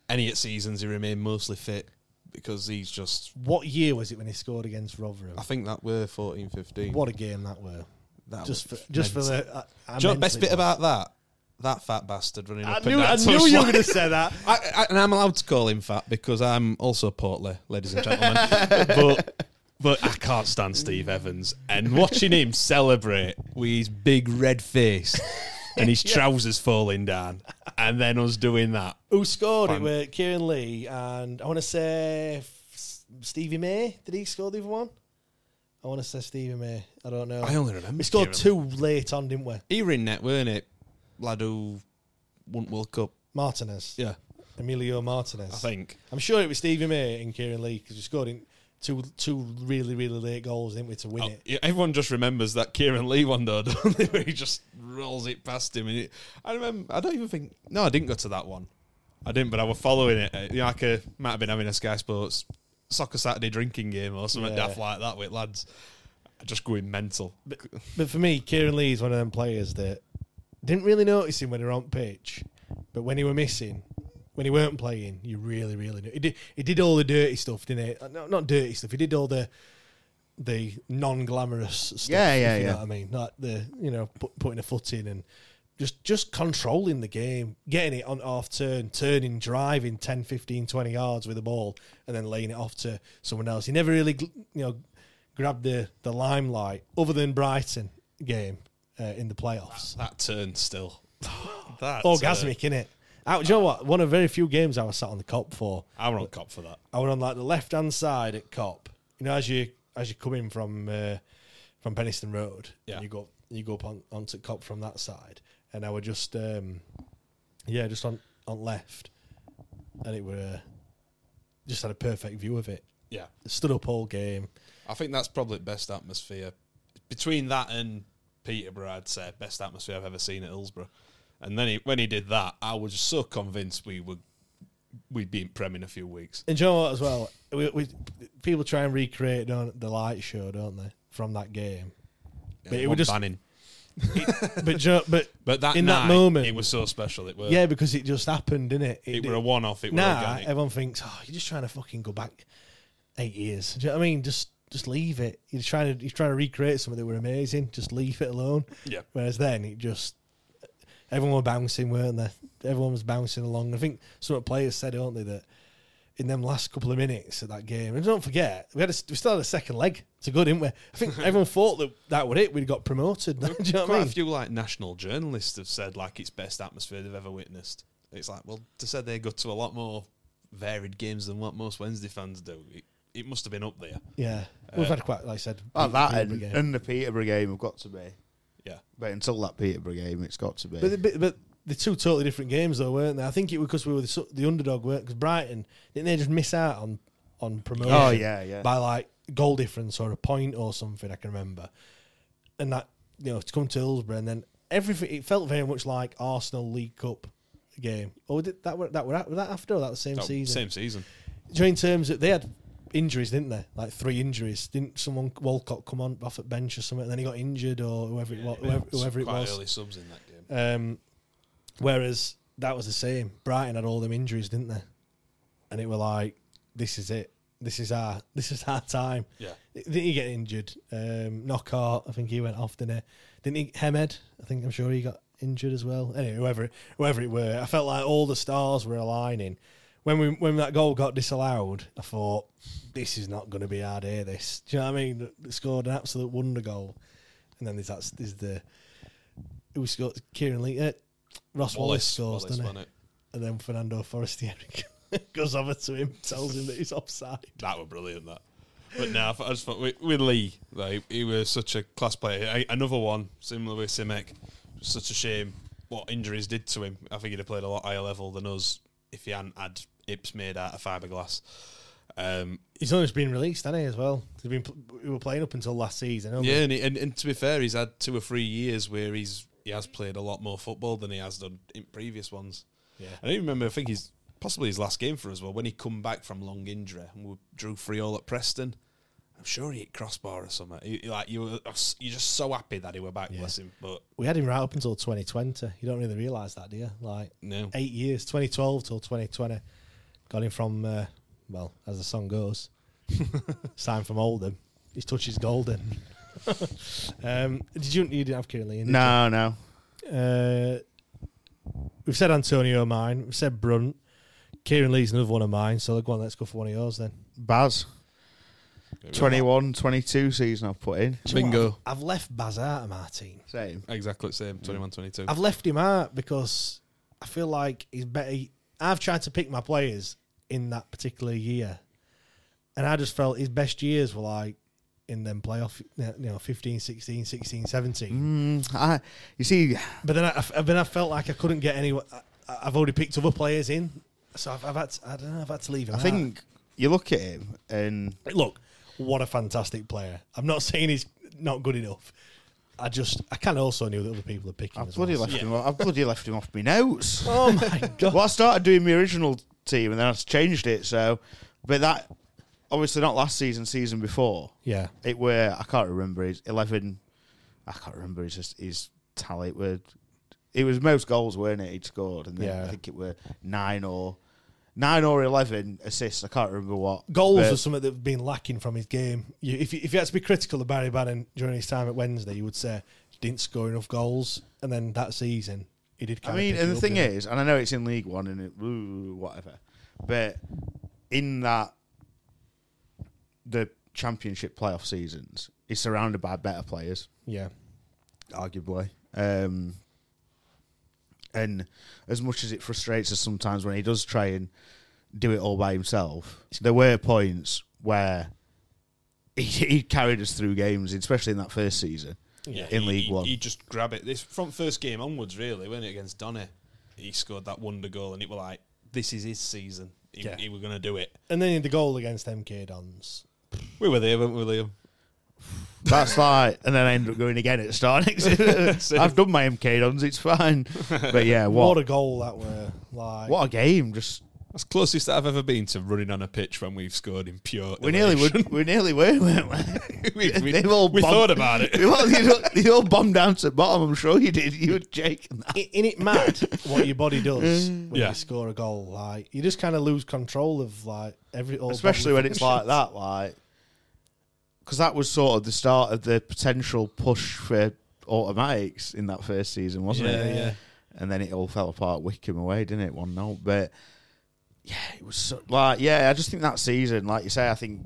any at seasons. He remained mostly fit because he's just. What year was it when he scored against Rotherham? I think that were 14, 15. What a game that were! That just for was just for mental. the uh, Do you know the best bit about that? that fat bastard running I up knew, and I down. knew touchline. you were going to say that. I, I, and I'm allowed to call him fat because I'm also portly, ladies and gentlemen. but but I can't stand Steve Evans and watching him celebrate with his big red face and his trousers falling down, and then us doing that. Who scored it? Fun. Were Kieran Lee and I want to say F- Stevie May. Did he score the other one? I want to say Stevie May. I don't know. I only remember We scored Kieran two late on, didn't we? He were in net, weren't it? Lad who won World Cup. Martinez. Yeah, Emilio Martinez. I think. I'm sure it was Stevie May and Kieran Lee because we scored in two two really really late goals, didn't we, to win Oh, it? yeah, everyone just remembers that Kieran Lee one though, don't they? Where he just rolls it past him, and it, I remember. I don't even think. No, I didn't go to that one. I didn't, but I was following it. uh, You know, like I might have been having a Sky Sports soccer Saturday drinking game or something Yeah. daft like that with lads. Just going mental. But for me, Kieran Lee is one of them players that didn't really notice him when he were on pitch, but when he were missing, when he weren't playing, you really, really knew. He did, he did all the dirty stuff, didn't he? Uh, No, not dirty stuff. He did all the the non-glamorous stuff. Yeah, yeah, if you yeah. Know what I mean, like the you know put, putting a foot in and just just controlling the game, getting it on off turn, turning, driving 10, 15, 20 yards with the ball, and then laying it off to someone else. He never really gl- you know grabbed the the limelight other than Brighton game uh, in the playoffs That turn still. that orgasmic, Oh, uh, innit? Out, do you know what? One of very few games I was sat on the cop for. I were on cop for that. I were on like the left hand side at cop. You know, as you as you come in from uh, from Penniston Road, Yeah. and you go you go up on, onto cop from that side, and I were just um, yeah, just on on left, and it were uh, just had a perfect view of it. Yeah, Stood up all game. I think that's probably best atmosphere between that and Peterborough. I'd say best atmosphere I've ever seen at Hillsborough. And then he, when he did that, I was just so convinced we would we'd be in Prem in a few weeks. And do you know what as well? We, we people try and recreate don't, the light show, don't they, from that game? But it One was just banning. but do you know- but But that in that night, moment, it was so special. It were yeah, because it just happened, didn't it? it did- were a one off. It were Nah, organic. everyone thinks, oh, you're just trying to fucking go back eight years. Do you know what I mean? Just just leave it. You're trying to you're trying to recreate something that were amazing. Just leave it alone. Yeah. Whereas then it just everyone were bouncing, weren't they? Everyone was bouncing along. I think some of the players said, don't they, that in them last couple of minutes of that game, and don't forget, we had a, we still had a second leg to go, didn't we? I think everyone thought that that were it. We'd got promoted. Do you know what I Quite mean? a few like national journalists have said like it's best atmosphere they've ever witnessed. It's like well, they said they go to a lot more varied games than what most Wednesday fans do. It, it must have been up there. Yeah, we've had quite, like I said, Like that Peterborough and, game. and the Peterborough game have got to be. Yeah. But until that Peterborough game, it's got to be. But, but, but the two totally different games, though, weren't they? I think it was because we were the, su- the underdog, weren't? Because Brighton didn't they just miss out on on promotion? Oh, yeah, yeah. By like goal difference or a point or something, I can remember. And that you know to come to Hillsborough and then everything it felt very much like Arsenal League Cup game. Oh, did that were that were, that- were that after or that the same Oh, season? Same season. Do you know, in terms of they had injuries, didn't they? Like three injuries. Didn't someone Walcott come on off at bench or something, and then he got injured or whoever it was, whoever, whoever it Quite was. early subs in that game. Um, whereas that was the same. Brighton had all them injuries, didn't they? And it were like, this is it. This is our this is our time. Yeah. Didn't he get injured? Um, Knockout, I think he went off, didn't he? Didn't he? Hemed, I think I'm sure he got injured as well. Anyway, whoever it, whoever it were, I felt like all the stars were aligning. When we when that goal got disallowed, I thought this is not going to be our day. This, do you know what I mean? They scored an absolute wonder goal, and then there's that there's the who scored Kieran Lee, uh, Ross Wallace, scores, Wallace, doesn't he? wasn't it? And then Fernando Forestieri goes over to him, tells him that he's offside. That were brilliant. That. But no, I thought- I just thought with, with Lee, like, he was such a class player. I, another one similar with Simek. Such a shame what injuries did to him. I think he'd have played a lot higher level than us if he hadn't had hips made out of fiberglass. Um, He's only just been released, hasn't he? As well, he's been pl- we were playing up until last season. haven't we? yeah, and, he, and and to be fair, he's had two or three years where he's he has played a lot more football than he has done in previous ones. Yeah. I don't even remember. I think he's possibly his last game for us. Well, when he come back from long injury and we drew three all at Preston, I'm sure he hit crossbar or something. He, he, like you were, you're just so happy that he were back. Bless him. But we had him right up until 2020. You don't really realise that, do you? Like no, eight years, 2012 till 2020. Got him from uh, well, as the song goes, signed from Oldham. His touch is golden. um, did you? You didn't have Kieran Lee? in, did you? no, no. Uh, We've said Antonio mine. We've said Brunt. Kieran Lee's another one of mine. So go on, let's go for one of yours then. Baz. 21, 22 season I've put in. Bingo. I've left Baz out of my team. Same. Exactly the same. 21, 22. I've left him out because I feel like he's better. I've tried to pick my players in that particular year, and I just felt his best years were like in them playoff, you know, 15, 16, 16, 17. I, you see, But then I, I- then I felt like I couldn't get any. I, I've already picked other players in, so I've, I've had to, I don't know. I've had to leave him. I out. think you look at him and look, what a fantastic player. I'm not saying he's not good enough. I just I kind of also knew that other people are picking. I've as bloody well, left him. I've bloody left him off my notes. Oh my god! Well, I started doing my original team and then I changed it. So, but that obviously not last season, season before. Yeah, It were I can't remember his eleven. I can't remember his his- his tally. It were it was most goals, weren't it? He'd scored, and then Yeah. I think it were nine or nine or eleven assists. I can't remember what goals But are something that's been lacking from his game. You, if you, if you had to be critical of Barry Bannon during his time at Wednesday, you would say he didn't score enough goals, and then that season he did. I Kind mean, of and the thing is, and I know it's in League One and it, ooh, whatever, but in that the Championship playoff seasons, he's surrounded by better players. yeah, arguably. Um, and as much as it frustrates us sometimes when he does try and do it all by himself, there were points where he, he carried us through games, especially in that first season in he- League he- One. He just grab it. This from first game onwards, really, wasn't it against Donny? He scored that wonder goal, and it was like this is his season. He, Yeah. he was going to do it. and then the goal against MK Dons. We were there, weren't we, Liam? That's like, and then I end up going again at the start. next season. I've done my MK dons, it's fine. But yeah, What, what a goal that were! Like what a game! Just That's the closest that I've ever been to running on a pitch when we've scored in pure. we nearly elation. would, we nearly were, weren't we? we we, They've all we bombed- thought about it. They all, they all bombed down to the bottom. I'm sure you did. You and Jake and that. I- Isn't it mad what your body does when Yeah. you score a goal? Like you just kind of lose control of like every, all especially bodily when it's like functions. that, like because that was sort of the start of the potential push for automatics in that first season, wasn't it? Yeah, yeah. And then it all fell apart, Wickham away, didn't it? One 0 but yeah, it was so, like yeah. I just think that season, like you say, I think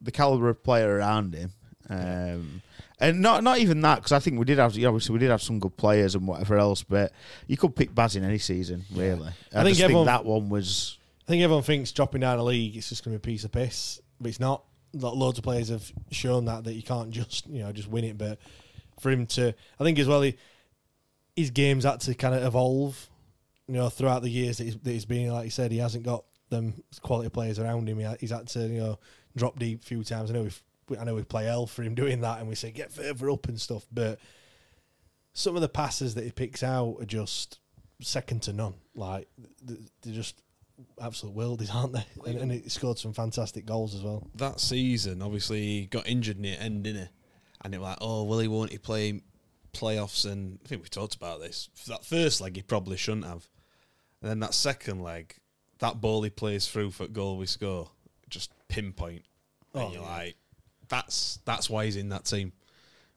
the caliber of player around him. Um, and not not even that because I think we did have you know, obviously we did have some good players and whatever else, but you could pick Baz in any season really. I, think just think everyone- that one was I think everyone thinks dropping down a league it's just going to be a piece of piss, but it's not. Lo- Loads of players have shown that that you can't just you know just win it. But for him to, I think as well, he, his games had to kind of evolve. You know, throughout the years that he's, that he's been, like you said, he hasn't got them quality players around him. He, ha- he's had to you know drop deep a few times. I know we've, we I know we play hell for him doing that, and we say get further up and stuff. But some of the passes that he picks out are just second to none. Like th- th- they're just absolute worldies, aren't they? And, and he scored some fantastic goals as well. that season, obviously, he got injured near end, didn't he? And it was like, oh, will he, won't he play playoffs? And I think we talked about this. For that first leg, he probably shouldn't have. And then that second leg, that ball he plays through for goal we score, just pinpoint. And Oh, you're like, that's that's why he's in that team.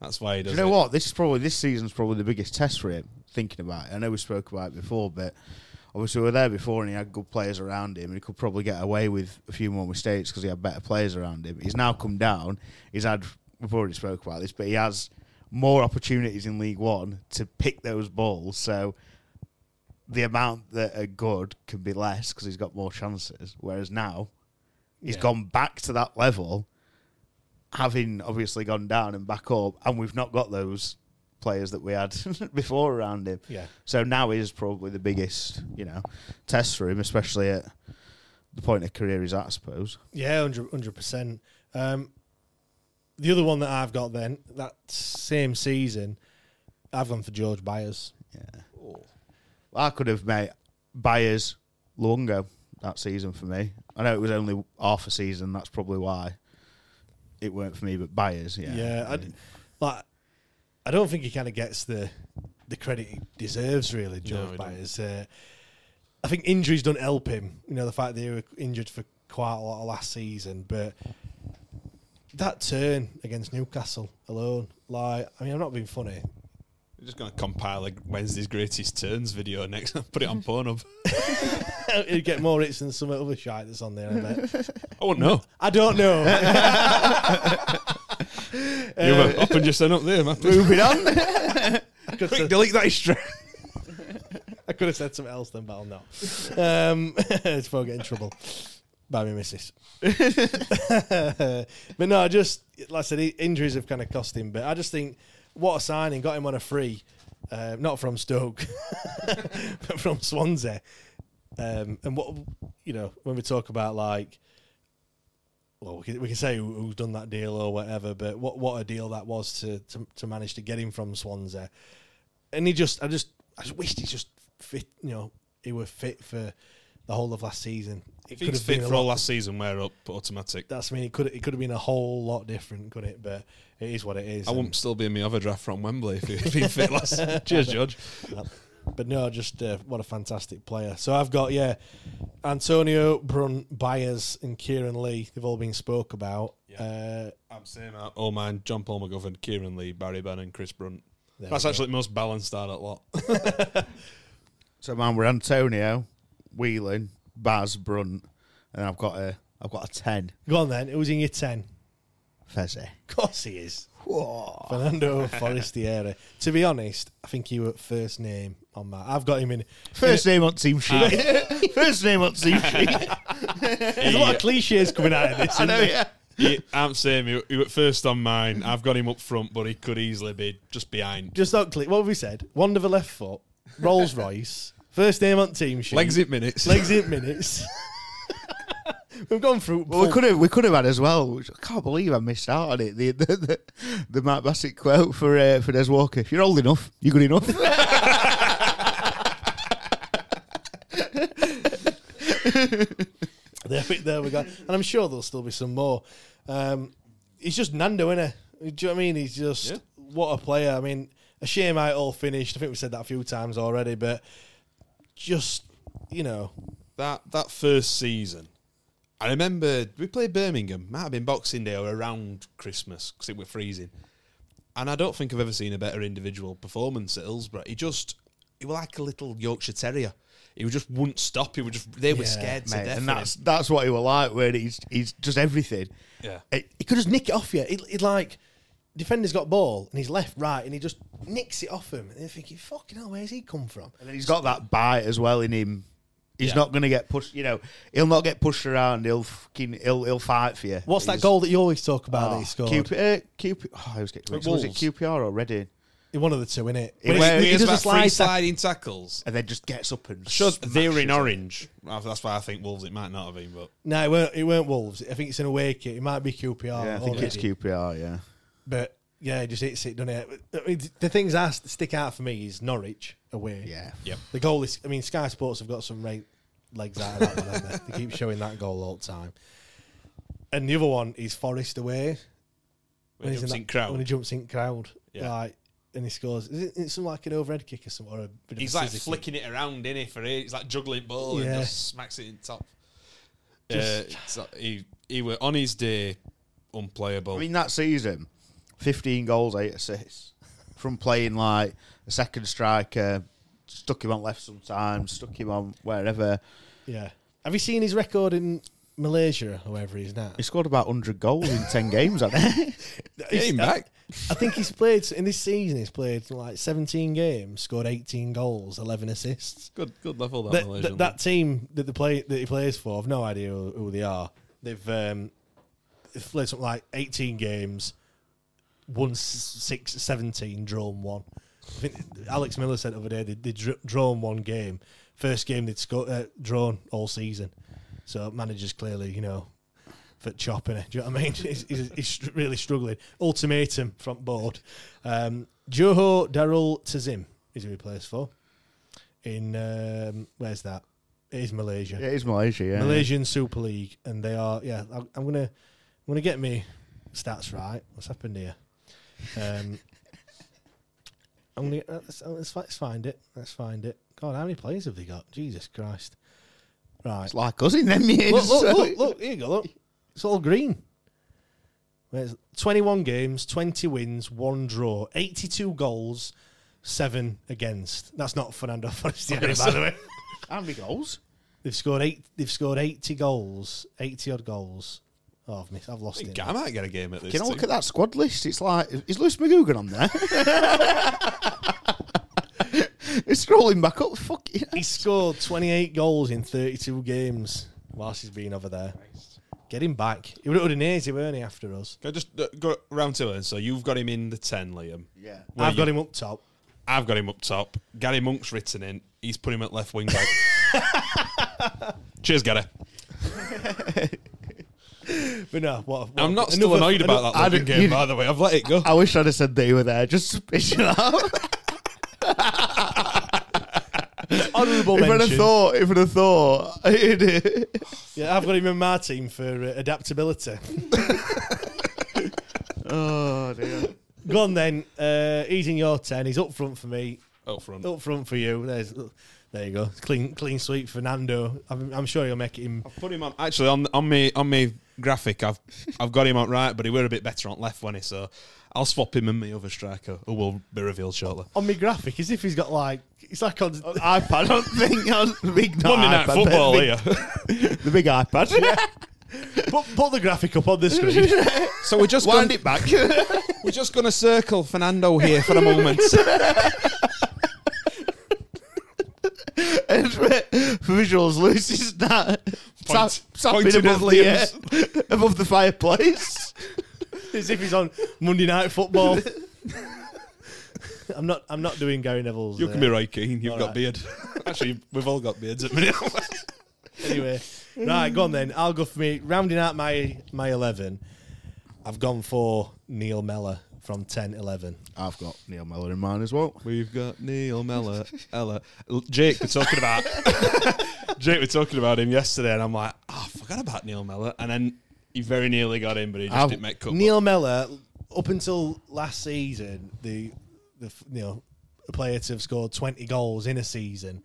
That's why he does Do you know it. what? This is probably this season's probably the biggest test for him. Thinking about it, I know we spoke about it before, but obviously we were there before, and he had good players around him. and He could probably get away with a few more mistakes because he had better players around him. He's now come down. He's had we've already spoke about this, but he has more opportunities in League One to pick those balls. So the amount that are good can be less because he's got more chances. Whereas now he's gone back to that level having obviously gone down and back up, and we've not got those players that we had before around him. Yeah. So now is probably the biggest, you know, test for him, especially at the point of career he's at, I suppose. Yeah, hundred percent. Um, the other one that I've got then that same season, I've gone for George Byers. I could have made Byers Luongo that season for me. I know it was only half a season, that's probably why it weren't for me, but Byers, yeah. Yeah, I d like I don't think he kind of gets the the credit he deserves really. George Byers. Uh, I think injuries don't help him. You know the fact that he was injured for quite a lot of last season, but that turn against Newcastle alone, like I mean, I'm not being funny. We're just going to compile a Wednesday's greatest turns video next. Put it on Pornhub. You'd get more hits than some other shite that's on there, I bet. I wouldn't know. I don't know. You've uh, up and just sent up there, man. Moving on. Quick, delete that extra. I could have said something else then, but I'll not. Um, it's before I get in trouble by my missus. but no, just like I said, i- injuries have kind of cost him. But I just think what a signing got him on a free, uh, not from Stoke, but from Swansea. Um, and what you know when we talk about like, well, we can, we can say who, who's done that deal or whatever. But what what a deal that was to to, to manage to get him from Swansea and he just, I just, I just wished he just fit. You know, he were fit for the whole of last season. It If he's been fit a for all lot- last season, we're up automatic. That's I mean, it could it could have been a whole lot different, could it? But it is what it is. I and- wouldn't still be in my other draft from Wembley if he'd been fit last. Cheers, George. But no, just uh, what a fantastic player. So I've got yeah, Antonio Brun, Byers, and Kieran Lee. They've all been spoke about. Uh, I'm saying that. Oh man, John Paul McGovern, Kieran Lee, Barry Bannon, Chris Brunt. There That's we go. actually the most balanced out at lot. so man, we're Antonio, Whelan, Baz, Brunt, and I've got a I've got a ten. Go on then. It was in your ten. Fezzi. Of course he is. Fernando Forestieri. To be honest, I think you were first name on that. I've got him in. First name on team sheet. First name on team sheet. There's a lot of cliches coming out of this. I know, yeah. He- I'm saying he, he was first on mine. I've got him up front, but he could easily be just behind. Just not click. What have we said? Wonderful left foot, Rolls Royce, first name on team sheet, Legs it minutes. legs in minutes. We've gone through. Well, we could have we could have had as well. Which I can't believe I missed out on it. The the, the, the Matt Bassett quote for uh, for Des Walker. If you're old enough, you're good enough. There we, there we go. And I'm sure there'll still be some more. Um, he's just Nando, innit? Do you know what I mean? He's just what a player. I mean, a shame how it all finished. I think we said that a few times already, but just you know, that that first season, I remember we played Birmingham. Might have been Boxing Day or around Christmas because it were freezing. And I don't think I've ever seen a better individual performance at Hillsborough. He just he was like a little Yorkshire Terrier. He would just wouldn't stop. He would just they were Yeah, scared to Mate, death. and of that's him. that's what he was like. Where he's he's just everything. Yeah. It- he could just nick it off you. He'd, he'd like defender's got ball and he's left right and he just nicks it off him. And they're thinking, fucking hell, where's he come from? and he's got that bite as well in him. He's Yeah. not going to get pushed. You know, he'll not get pushed around. He'll fucking he'll he'll fight for you. What's that He's- goal that you always talk about that Oh, he scored? QP, uh, QP, oh, I was getting mixed up. was it Wolves. QPR or Reading? One of the two, innit? He wears- He he has does a about three slide tack- sliding tackles. And then just gets up and Sure, they were in smashes it. orange. That's why I think Wolves. It might not have been, but No, it weren't, it weren't Wolves. I think it's an away kit. It might be QPR. Yeah, I think it's already. QPR. Yeah, But yeah, he just hits it, doesn't it? I mean, The things that stick out for me is Norwich away. yeah. yep. The goal is, I mean, Sky Sports have got some right legs out of that one, haven't they? They keep showing that goal all the time. And the other one is Forest away. When he he's jumps that- in crowd, When he jumps in crowd. Yeah. Like, and he scores. Is it it's some like an overhead kick or something? Or a bit he's of a like scissor kick? flicking it around in it for it. He's like juggling ball Yeah. and just smacks it in top. uh, so he he were on his day unplayable. I mean, that season, 15 goals, 8 assists. From playing like a second striker, stuck him on left sometimes, stuck him on wherever. Yeah. Have you seen his record in Malaysia or wherever he's now? He scored about 100 goals in 10 games, I think. He's uh, back. I think he's played in this season. He's played like 17 games, scored 18 goals, 11 assists. Good good level that That, Malaysian that, that team that the play that he plays for, I've no idea who, who they are. They've, um, they've played something like 18 games, won s- six, 17, drawn one. I think Alex Miller said the other day they they dr- drawn one game, first game they'd sco- uh, drawn all season. So managers clearly, you know, for chopping it. Do you know what I mean? He's, he's, he's str- really struggling. Ultimatum front board. Um, Joho Daryl Tazim is who he plays for. In um, where's that? It is Malaysia. it is Malaysia, yeah. Malaysian Super League, and they are yeah. I, I'm gonna I'm gonna get me stats right. What's happened here? Um, I'm gonna uh, let's, let's, let's find it. Let's find it. God, how many players have they got? Jesus Christ! Right, It's like us in them years. look, so- look, look, look, here you go. Look, it's all green. There's 21 games, 20 wins, one draw, 82 goals, seven against. That's not Fernando Forestieri, by the way. How many goals? They've scored eight. They've scored eighty goals, eighty odd goals. Oh, I've missed. I've I lost think it. I might get a game at this. Can I look too. at that squad list? It's like, is Lewis McGugan on there? it's scrolling back up. Fuck yeah. He scored twenty eight goals in thirty two games whilst he's been over there. Get him back. He would have been easy, weren't he? After us, Can I just uh, go round to it? So you've got him in the ten, Liam. Yeah. Where I've got you- him up top. I've got him up top. Gary Monk's written in. He's put him at left wing back. Cheers, Gary. But no, what? what I'm not still annoyed about that I London don't- game, you- by the way. I've let it go. I wish I'd have said they were there. Just to piss you off. Honourable if I'd have mention. thought, if I'd have thought, Yeah, I've got him in my team for uh, adaptability. oh dear. Go on then. Uh, he's in your ten. He's up front for me. Up front. Up front for you. There's, there you go. Clean, clean sweep, Fernando. I'm, I'm sure he'll make it him. Put him on. Actually, on on me on me graphic, I've I've got him on right, but he were a bit better on left when he. So I'll swap him and my other striker, who will be revealed shortly. On my graphic, as if he's got like, it's like on. iPad. I don't think I was the big not Monday night iPad, football the here. big, The big iPad. put, put the graphic up on the screen. so we're just Wind gonna- it back. we're just going to circle Fernando here for a moment. And for for visuals, Lucy's not tap, tapping pointing above at the, Liam's. uh, above the fireplace. as if he's on Monday Night Football. I'm not. I'm not doing Gary Neville's. you uh, can be right, Keane. You've got right. beard. Actually, we've all got beards at the minute. anyway, right, go on then. I'll go for me. Rounding out my my eleven, I've gone for Neil Mellor from 10-11. I've got Neil Mellor in mine as well. We've got Neil Mellor, Ella, L- Jake. We're talking about Jake. We're talking about him yesterday, and I'm like, oh, I forgot about Neil Mellor, and then he very nearly got in, but he just I've- didn't make cut. Neil Mellor, up until last season, the the f- you know a player to have scored twenty goals in a season.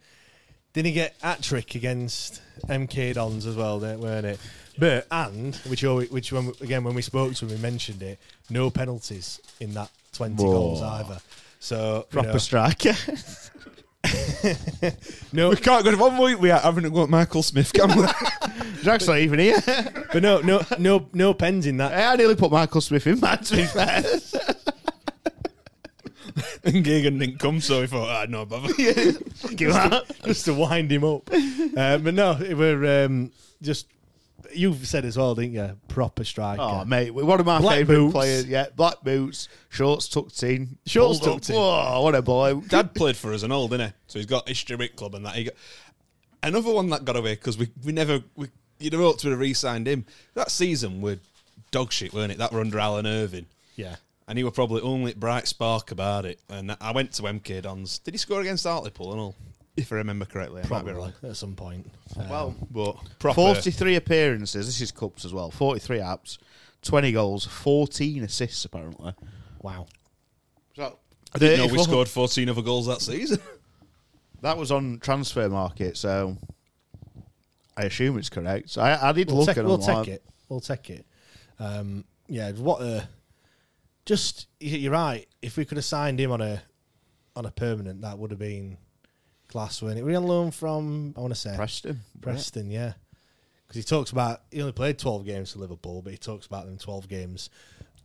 Didn't he get hat trick against MK Dons as well? There weren't it? But and which alwa- which when, again when we spoke to him, we mentioned it. No penalties in that twenty Whoa. goals either. So you know, Proper striker. no, can't go one week without having to go at Michael Smith, can we? Jack's not even here. but no, no, no, no pens in that. I nearly put Michael Smith in mine, to be fair. and Gagan didn't come, so he thought, ah, no, bother. Give that. just to wind him up. Uh, but no, it we're um, just. You've said as well, didn't you? Proper striker. Oh, mate, one of my Black favourite boots. players. Yeah, black boots, shorts tucked in. Shorts pulled up. tucked in. Whoa, what a boy. Dad played for us and all, didn't he? So he's got history with club and that. He got, another one that got away because we, we never we you'd have hoped we'd have re-signed him. That season were dog shit, weren't it? That were under Alan Irving. Yeah. And he were probably only bright spark about it. And I went to MK Dons. Did he score against Hartlepool and all? If I remember correctly, I might Probably be wrong. at some point. Well, But proper 43 appearances. This is cups as well. 43 apps, 20 goals, 14 assists, apparently. Wow. So, I didn't know we 34 scored 14 other goals that season. That was on transfer market, so I assume it's correct. So I, I did We'll, look take, at we'll them, like, take it. We'll take it. Um, yeah. What a. Just y- you're right. If we could have signed him on a, on a permanent, that would have been class, wouldn't it? We on loan from I want to say Preston. Preston, yeah. Because he talks about he only played twelve games for Liverpool, but he talks about them twelve games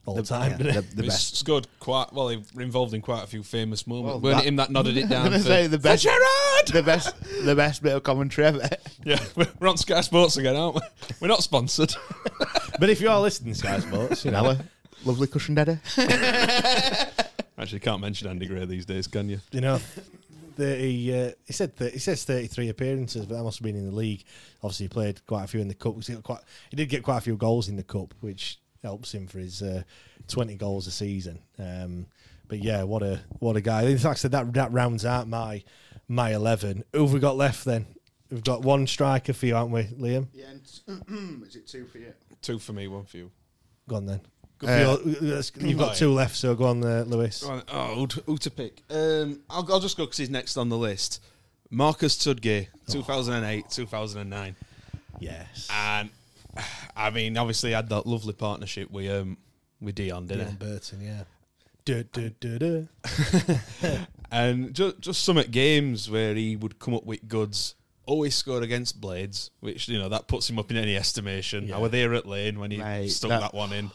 all the time. Yeah, doesn't he? the, the He s- best. scored quite well. He were involved in quite a few famous moments. Well, weren't that- it him that nodded it I'm down? gonna for- say the for best- Gerrard! The best, the best bit of commentary ever. Yeah, we're on Sky Sports again, aren't we? We're not sponsored. But if you are listening, Sky Sports, you know, Ella, lovely cushioned header. Actually, can't mention Andy Gray these days, can you? you know, thirty. Uh, he said th- he says thirty-three appearances, but that must have been in the league. Obviously, he played quite a few in the cup. 'cause He, got quite, he did get quite a few goals in the cup, which helps him for his uh, twenty goals a season. Um, but yeah, what a what a guy! In fact, so that that rounds out my my eleven. Who have we got left then? We've got one striker for you, aren't we, Liam? Yeah, is it two for you? Two for me, one for you. Go on then. Go Uh, for your- let's- you've got right. two left, so go on, uh, Lewis. Right, oh, who to, who to pick? Um, I'll, I'll just go because he's next on the list. Marcus Tudgay, Oh. 2008, 2009. Yes. And, I mean, obviously, he had that lovely partnership with, um, with Dion, didn't Burton, yeah. Du, du, du, du. he? And just just some at games where he would come up with goods. Always score against Blades, which you know that puts him up in any estimation. I were there at Lane when he Mate, stuck that- that, one in.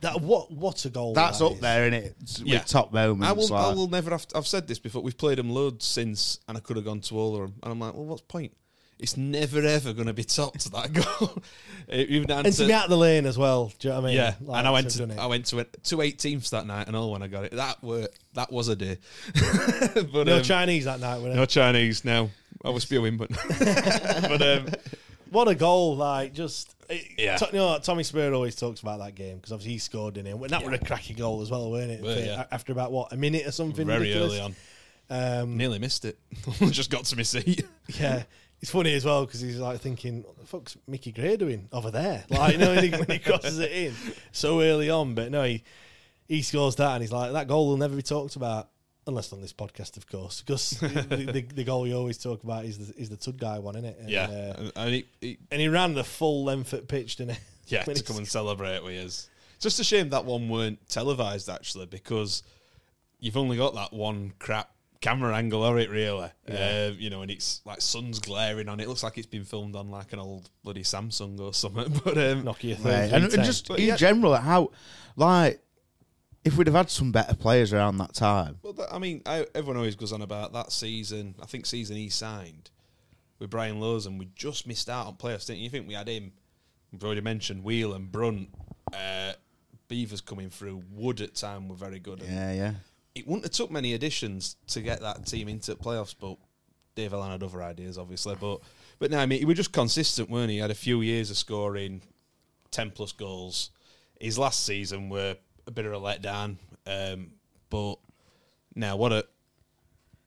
That Uh, what what a goal! That's that up is. there, isn't it? With Yeah. top moments. I will. I like. will never have. To, I've said this before. We've played them loads since, and I could have gone to all of them. And I'm like, well, what's the point? It's never ever going to be topped to that goal. Even down And to be out of the lane as well. Do you know what I mean? yeah. Like, and I went should have to done I it. went to it, two eight teams that night, and all when I got it, that were that was a day. but no um, Chinese that night. were there? no Chinese. No, I was spewing, but but um, What a goal! Like just it, Yeah. to- you know, Tommy Spur always talks about that game because obviously he scored in it. And that were a cracking goal as well, weren't it? Were, For- yeah. After about what a minute or something. very ridiculous. early on, Um, nearly missed it. Just got to my seat. Yeah. uh, It's funny as well because he's like thinking, "What the fuck's Mickey Gray doing over there?" Like, you know, when he- when he crosses it in so early on. But no, he he scores that, and he's like, "That goal will never be talked about unless on this podcast, of course." Because the, the, the goal you always talk about is the is the Tud guy one, isn't it? And, Yeah, uh, and, and he, he and he ran the full length at pitch, didn't he? Yeah, When to he come and celebrate with us. Just a shame that one weren't televised actually, because you've only got that one crap camera angle of it really. Uh, you know, and it's like sun's glaring on it. looks like it's been filmed on like an old bloody Samsung or something. But um, Nokia Right, thirty. And, and just in general, how like if we'd have had some better players around that time, well, that, I mean, I, everyone always goes on about that season. I think season he signed with Brian Lozan, we just missed out on playoffs, didn't you? You think we had him? We've already mentioned Wheel and Brunt. Uh, Beavers coming through. Wood at time were very good. And yeah, yeah, it wouldn't have took many additions to get that team into the playoffs, but Dave Allen had other ideas, obviously. But but no, I mean, he was just consistent, weren't he? He had a few years of scoring ten plus goals. His last season were a bit of a letdown, um, but now what a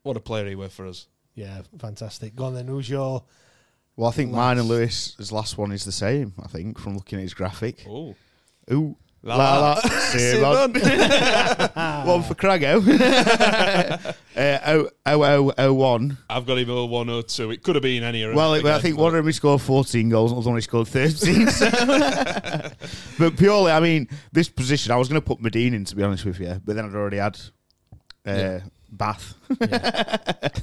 what a player he were for us. yeah, fantastic. Go on then. Who's your Well, I think mine and Lewis's last one is the same. I think from looking at his graphic. Oh, Ooh, la la, See you, lad. one for Crago. uh, oh, oh, oh, oh, one. I've got him 0102. It could have been any. Well, it, I think one of them he scored 14 goals, and the other one he scored 13. so- but purely, I mean, this position, I was going to put Medine in, to be honest with you, but then I'd already had uh, Bath.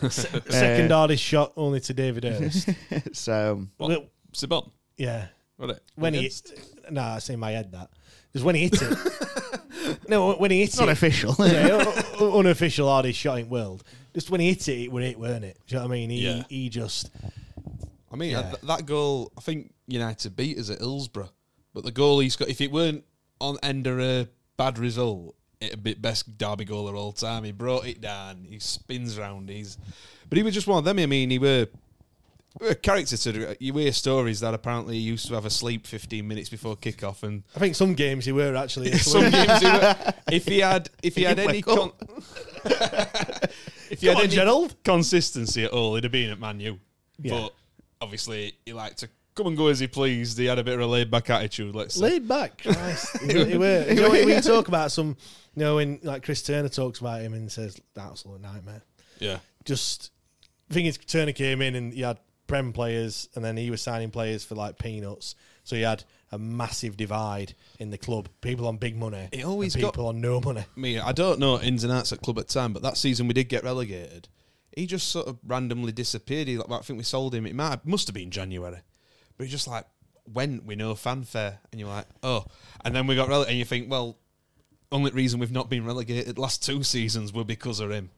Uh, second hardest shot only to David Hurst? Uh, so, Well, Sibon. yeah. What it? when he Against- no, nah, it's in my head that because when he hit it, no, when he hit it's not it, official. yeah, un- un- unofficial hardest shot in world. Just when he hit it, it were it, weren't it? Do you know what I mean? He Yeah. he just I mean, uh, th- that goal, I think United beat us at Hillsborough, but the goal he's got, if it weren't on end of a bad result, it'd be best derby goal of all time. He brought it down, he spins round, he's. But he was just one of them. I mean, he were, he were a character to the- You hear stories that apparently he used to have a sleep 15 minutes before kickoff, and I think some games he were actually some games he were, if he had if he had any con- if he Come had on, any Gerald. consistency at all, he'd have been at Man U. Yeah. But obviously, he liked to come and go as he pleased. He had a bit of a laid back attitude. Let's say. laid back. Christ, he were. He were. You know, when we talk about some, you know, when like Chris Turner talks about him and says that's a nightmare. yeah, just I think it's Turner came in and he had Prem players and then he was signing players for like peanuts. So he had a massive divide in the club. People on big money. He always and got- people on no money. I mean, I don't know ins and outs at club at the time, but that season we did get relegated. He just sort of randomly disappeared. He, like, I think we sold him. It might have, must have been January, but he just like went with no fanfare, and you're like, oh. And then we got relegated, and you think, well, only reason we've not been relegated last two seasons were because of him.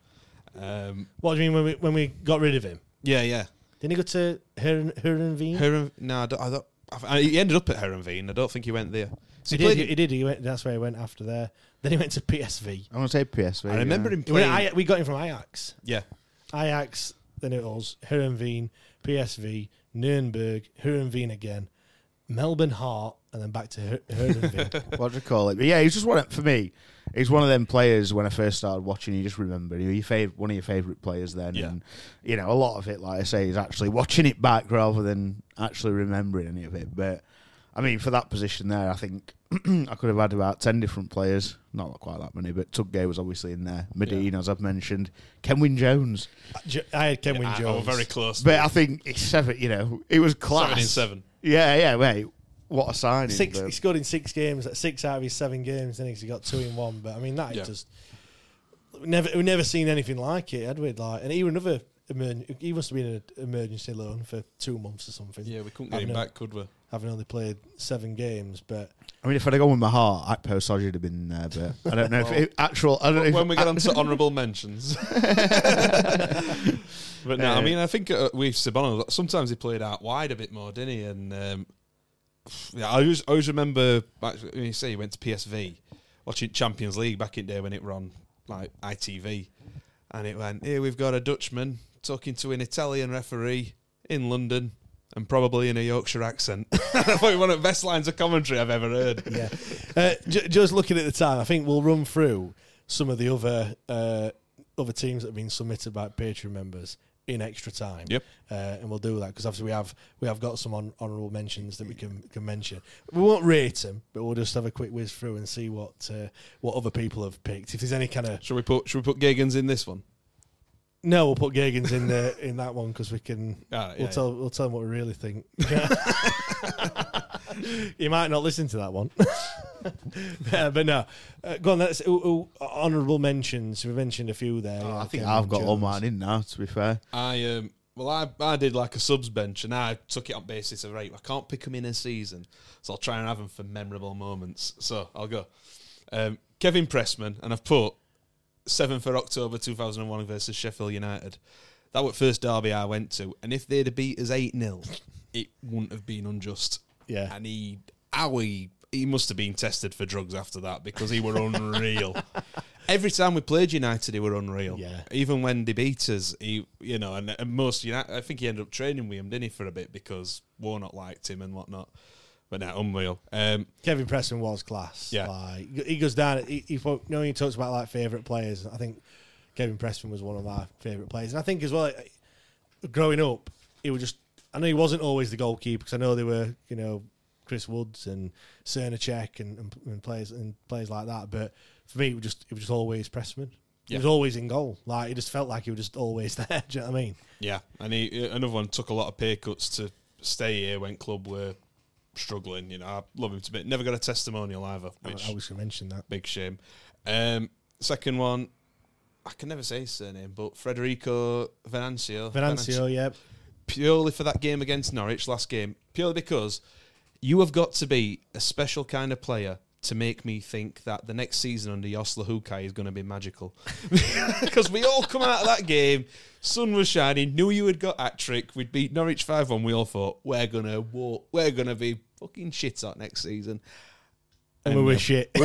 Um, What do you mean when we when we got rid of him? yeah, yeah. Didn't he go to Heron Heronveen? Heron, no, I don't, I don't, I, he ended up at Heronveen. I don't think he went there. he, So he did, played. he did. He went. That's where he went after there. Then he went to PSV. I want to say PSV. I remember him He went- playing. I- we got him from Ajax. yeah, Ajax. Then it was Heronveen, PSV, Nuremberg, Heronveen again, Melbourne Heart, and then back to Her- Heronveen. yeah. What do you call it? But yeah, he's just one of, for me, he's one of them players when I first started watching, you just remember. He was your fav- one of your favourite players then. Yeah. And, you know, a lot of it, like I say, is actually watching it back rather than actually remembering any of it. But, I mean, for that position there, I think I could have had about 10 different players. Not quite that many, but Tugay was obviously in there. Medine, as I've mentioned. Kenwin Jones. Jo- I had Kenwin Ah, Jones. oh, very close. But I think it's seven, you know, it was class. seven in seven. Yeah, yeah, mate. What a signing. Six, but- he scored in six games, like six out of his seven games. Then he got two in one. But I mean, that is Yeah. just we never we never seen anything like it, had we? Like, and he were another emerg- he must have been in an emergency loan for two months or something. Yeah, we couldn't get him Having o- back, could we? having only played seven games, but I mean, if I'd have gone with my heart, Akpo Soji would have been there, but I don't know if it, actual. I don't know if when we get on to honourable mentions. but no, I mean, I think uh, with Sabano, sometimes he played out wide a bit more, didn't he? And um, yeah, I always, I always remember actually, when you say he went to PSV, watching Champions League back in the day when it were on like ITV, and it went here we've got a Dutchman talking to an Italian referee in London. And probably in a Yorkshire accent. I thought it was one of the best lines of commentary I've ever heard. yeah. Uh, ju- just looking at the time, I think we'll run through some of the other uh, other teams that have been submitted by Patreon members in extra time. Yep. Uh, and we'll do that because obviously we have we have got some on, honourable mentions that we can can mention. We won't rate them, but we'll just have a quick whiz through and see what uh, what other people have picked. If there's any kind of Should we put Should we put Gagans in this one? no, we'll put Gagans in the in that one because we can. Ah, we'll yeah, tell we'll tell them what we really think. you might not listen to that one, Uh, but no. Uh, go on. That's ooh, ooh, honourable mentions. We mentioned a few there. Oh, I like, think um, I've got all Jones. mine in now. To be fair, I um well I, I did like a subs bench and I took it on basis of right I can't pick them in a season so I'll try and have them for memorable moments so I'll go um, Kevin Pressman and I've put seventh of October two thousand and one versus Sheffield United that was first derby I went to and if they'd have beat us eight 0 it wouldn't have been unjust Yeah. and he how he he must have been tested for drugs after that because he were unreal. Every time we played United, he were unreal. Yeah. Even when they beat us, he you know, and, and most United, I think he ended up training with him, didn't he, for a bit because Warnock liked him and whatnot. But now unreal. Um, Kevin Pressman was class. Yeah. Like, he goes down. He, he you know he talks about like favorite players. I think Kevin Pressman was one of my favorite players, and I think as well, like, growing up, he was just. I know he wasn't always the goalkeeper because I know there were you know Chris Woods and Cernacek and, and, and players and players like that, but for me, it was just it was just always Pressman. He Yeah. was always in goal. Like he just felt like he was just always there. Do you know what I mean? yeah, and he another one took a lot of pay cuts to stay here when club were struggling. You know, I love him to bit. Never got a testimonial either, which I was going to mention that. big shame. Um, second one, I can never say his surname, but Federico Venancio. Venancio, yeah, purely for that game against Norwich last game, purely because you have got to be a special kind of player to make me think that the next season under Jos Lahukai is going to be magical. Because we all come out of that game, sun was shining, knew you had got hat trick, we'd beat Norwich 5 1, we all thought, we're going to walk, we're going to be fucking shit hot next season. and we were shit.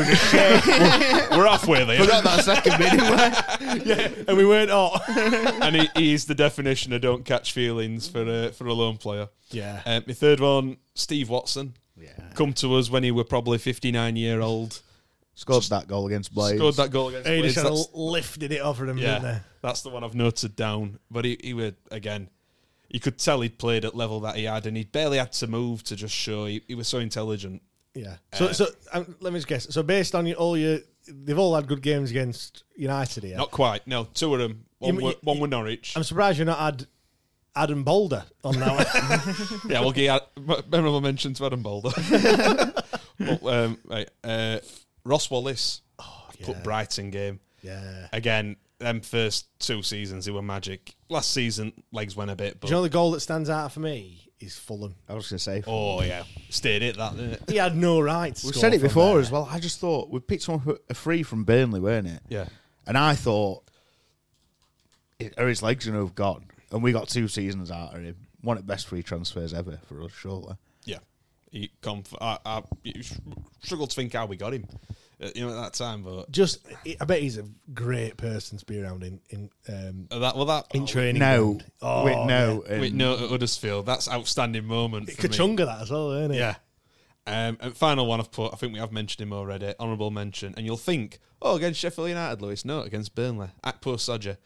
We're halfway there. forgot that second bit. and we weren't hot. "Oh." and he, he's the definition of don't catch feelings for a, for a lone player. Yeah. Um, my third one, Steve Watson. Yeah. Come to us when he were probably 59 year old. Scored that goal against Blades. Scored that goal against He Leeds. just kind That's, of lifted it off of them, didn't yeah, they? that's the one I've noted down. But he, he were, again, you could tell he'd played at level that he had and he barely had to move to just show he, he was so intelligent. Yeah. So, so um, let me just guess. So, based on your, all your, they've all had good games against United here. Not quite. No, two of them. One, You- were, you- one were Norwich. I'm surprised you're not had Adam Boulder on that one. yeah, we'll get memorable mention to Adam Boulder. but, um, right, uh, Ross Wallace. I've Oh, yeah. Put Brighton game. yeah. Again, them first two seasons, they were magic. Last season, legs went a bit, Do but you know the goal that stands out for me is Fulham. I was going to say. oh yeah, stayed it that. Didn't it? He had no right. to we score said it from before there. as well. I just thought we picked someone for a free from Burnley, weren't it? Yeah, And I thought, it- are his legs going to have gone? And we got two seasons out of him. One of the best free transfers ever for us, surely. yeah. He conf- I, I you sh- struggled to think how we got him. uh, You know, at that time, but Just, I bet he's a great person to be around in in um, uh, that well that in training. No, ground. oh, wait, no, oh, um, wait, no, at Huddersfield, that's outstanding moment. For me. Kachunga that as well, isn't it? Yeah. Um, and final one I've put, I think we have mentioned him already, honourable mention. And you'll think, oh, against Sheffield United, Lewis. No, against Burnley. Akpo Sodja.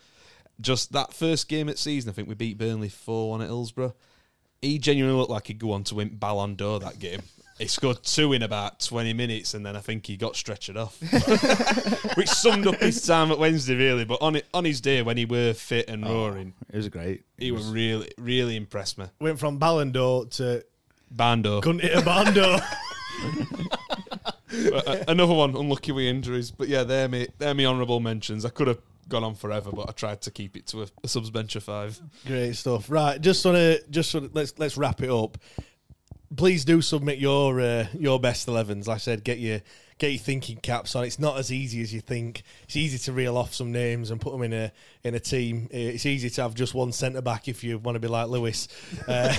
Just that first game at season, I think we beat Burnley 4 1 at Hillsborough. He genuinely looked like he'd go on to win Ballon d'Or that game. He scored two in about 20 minutes and then I think he got stretchered off. Which summed up his time at Wednesday, really. But on, it, on his day when he were fit and roaring, it was great. Oh, he was really, really impressed me. Went from Ballon d'Or to Bando. Gun to Bando. Uh, another one, unlucky with injuries. But yeah, they're me, they're me honourable mentions. I could have gone on forever, but I tried to keep it to a, a subs bench of five. Great stuff. Right, just on a just wanna, let's let's wrap it up. Please do submit your uh, your best elevens. Like I said, get your get your thinking caps on. It's not as easy as you think. It's easy to reel off some names and put them in a in a team. It's easy to have just one centre back if you want to be like Lewis. Uh,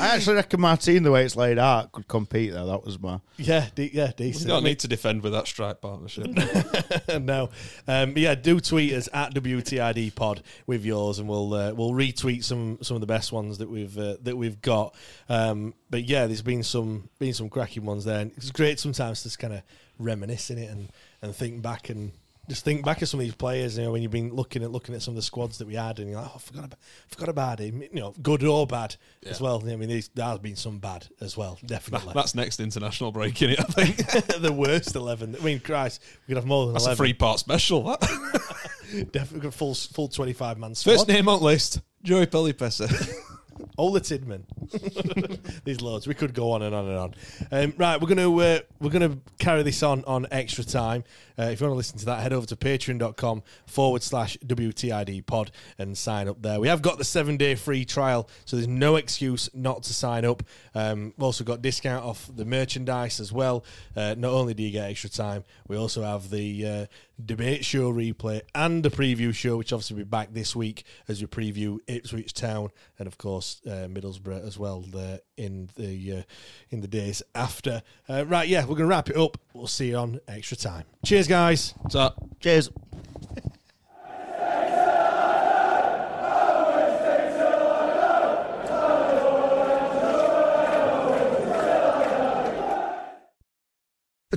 I actually reckon my team, the way it's laid out, could compete though. That was my. yeah, de- yeah, You decent. don't need to defend with that strike partnership. no. Um, but yeah, do tweet us at WTID Pod with yours, and we'll uh, we'll retweet some some of the best ones that we've uh, that we've got. Um, but yeah, there's been some been some cracking ones there, and it's great sometimes to just kind of reminisce in it and and think back and. Just think back at some of these players, you know, when you've been looking at looking at some of the squads that we had, and you're like, oh, I forgot about, forgot about him, you know, good or bad as well. I mean, there's, there's been some bad as well, definitely. That's next international break, innit? I think the worst eleven. I mean, Christ, we could have more than that's a eleven. three part special. that. Definitely full full twenty five man squad. First name on list, Joey Pelipesa. Ola Tidman. These loads. We could go on and on and on. Um, right, we're gonna uh, we're gonna carry this on on extra time. Uh, if you want to listen to that, head over to patreon.com forward slash WTID pod and sign up there. We have got the seven day free trial, so there's no excuse not to sign up. Um, we've also got discount off the merchandise as well. Uh, not only do you get extra time, we also have the uh, debate show replay and a preview show, which obviously will be back this week as we preview Ipswich Town and of course uh, Middlesbrough as well uh, in the uh, in the days after. Uh, right, yeah, we're gonna wrap it up. We'll see you on extra time. Cheers, guys. so Cheers. The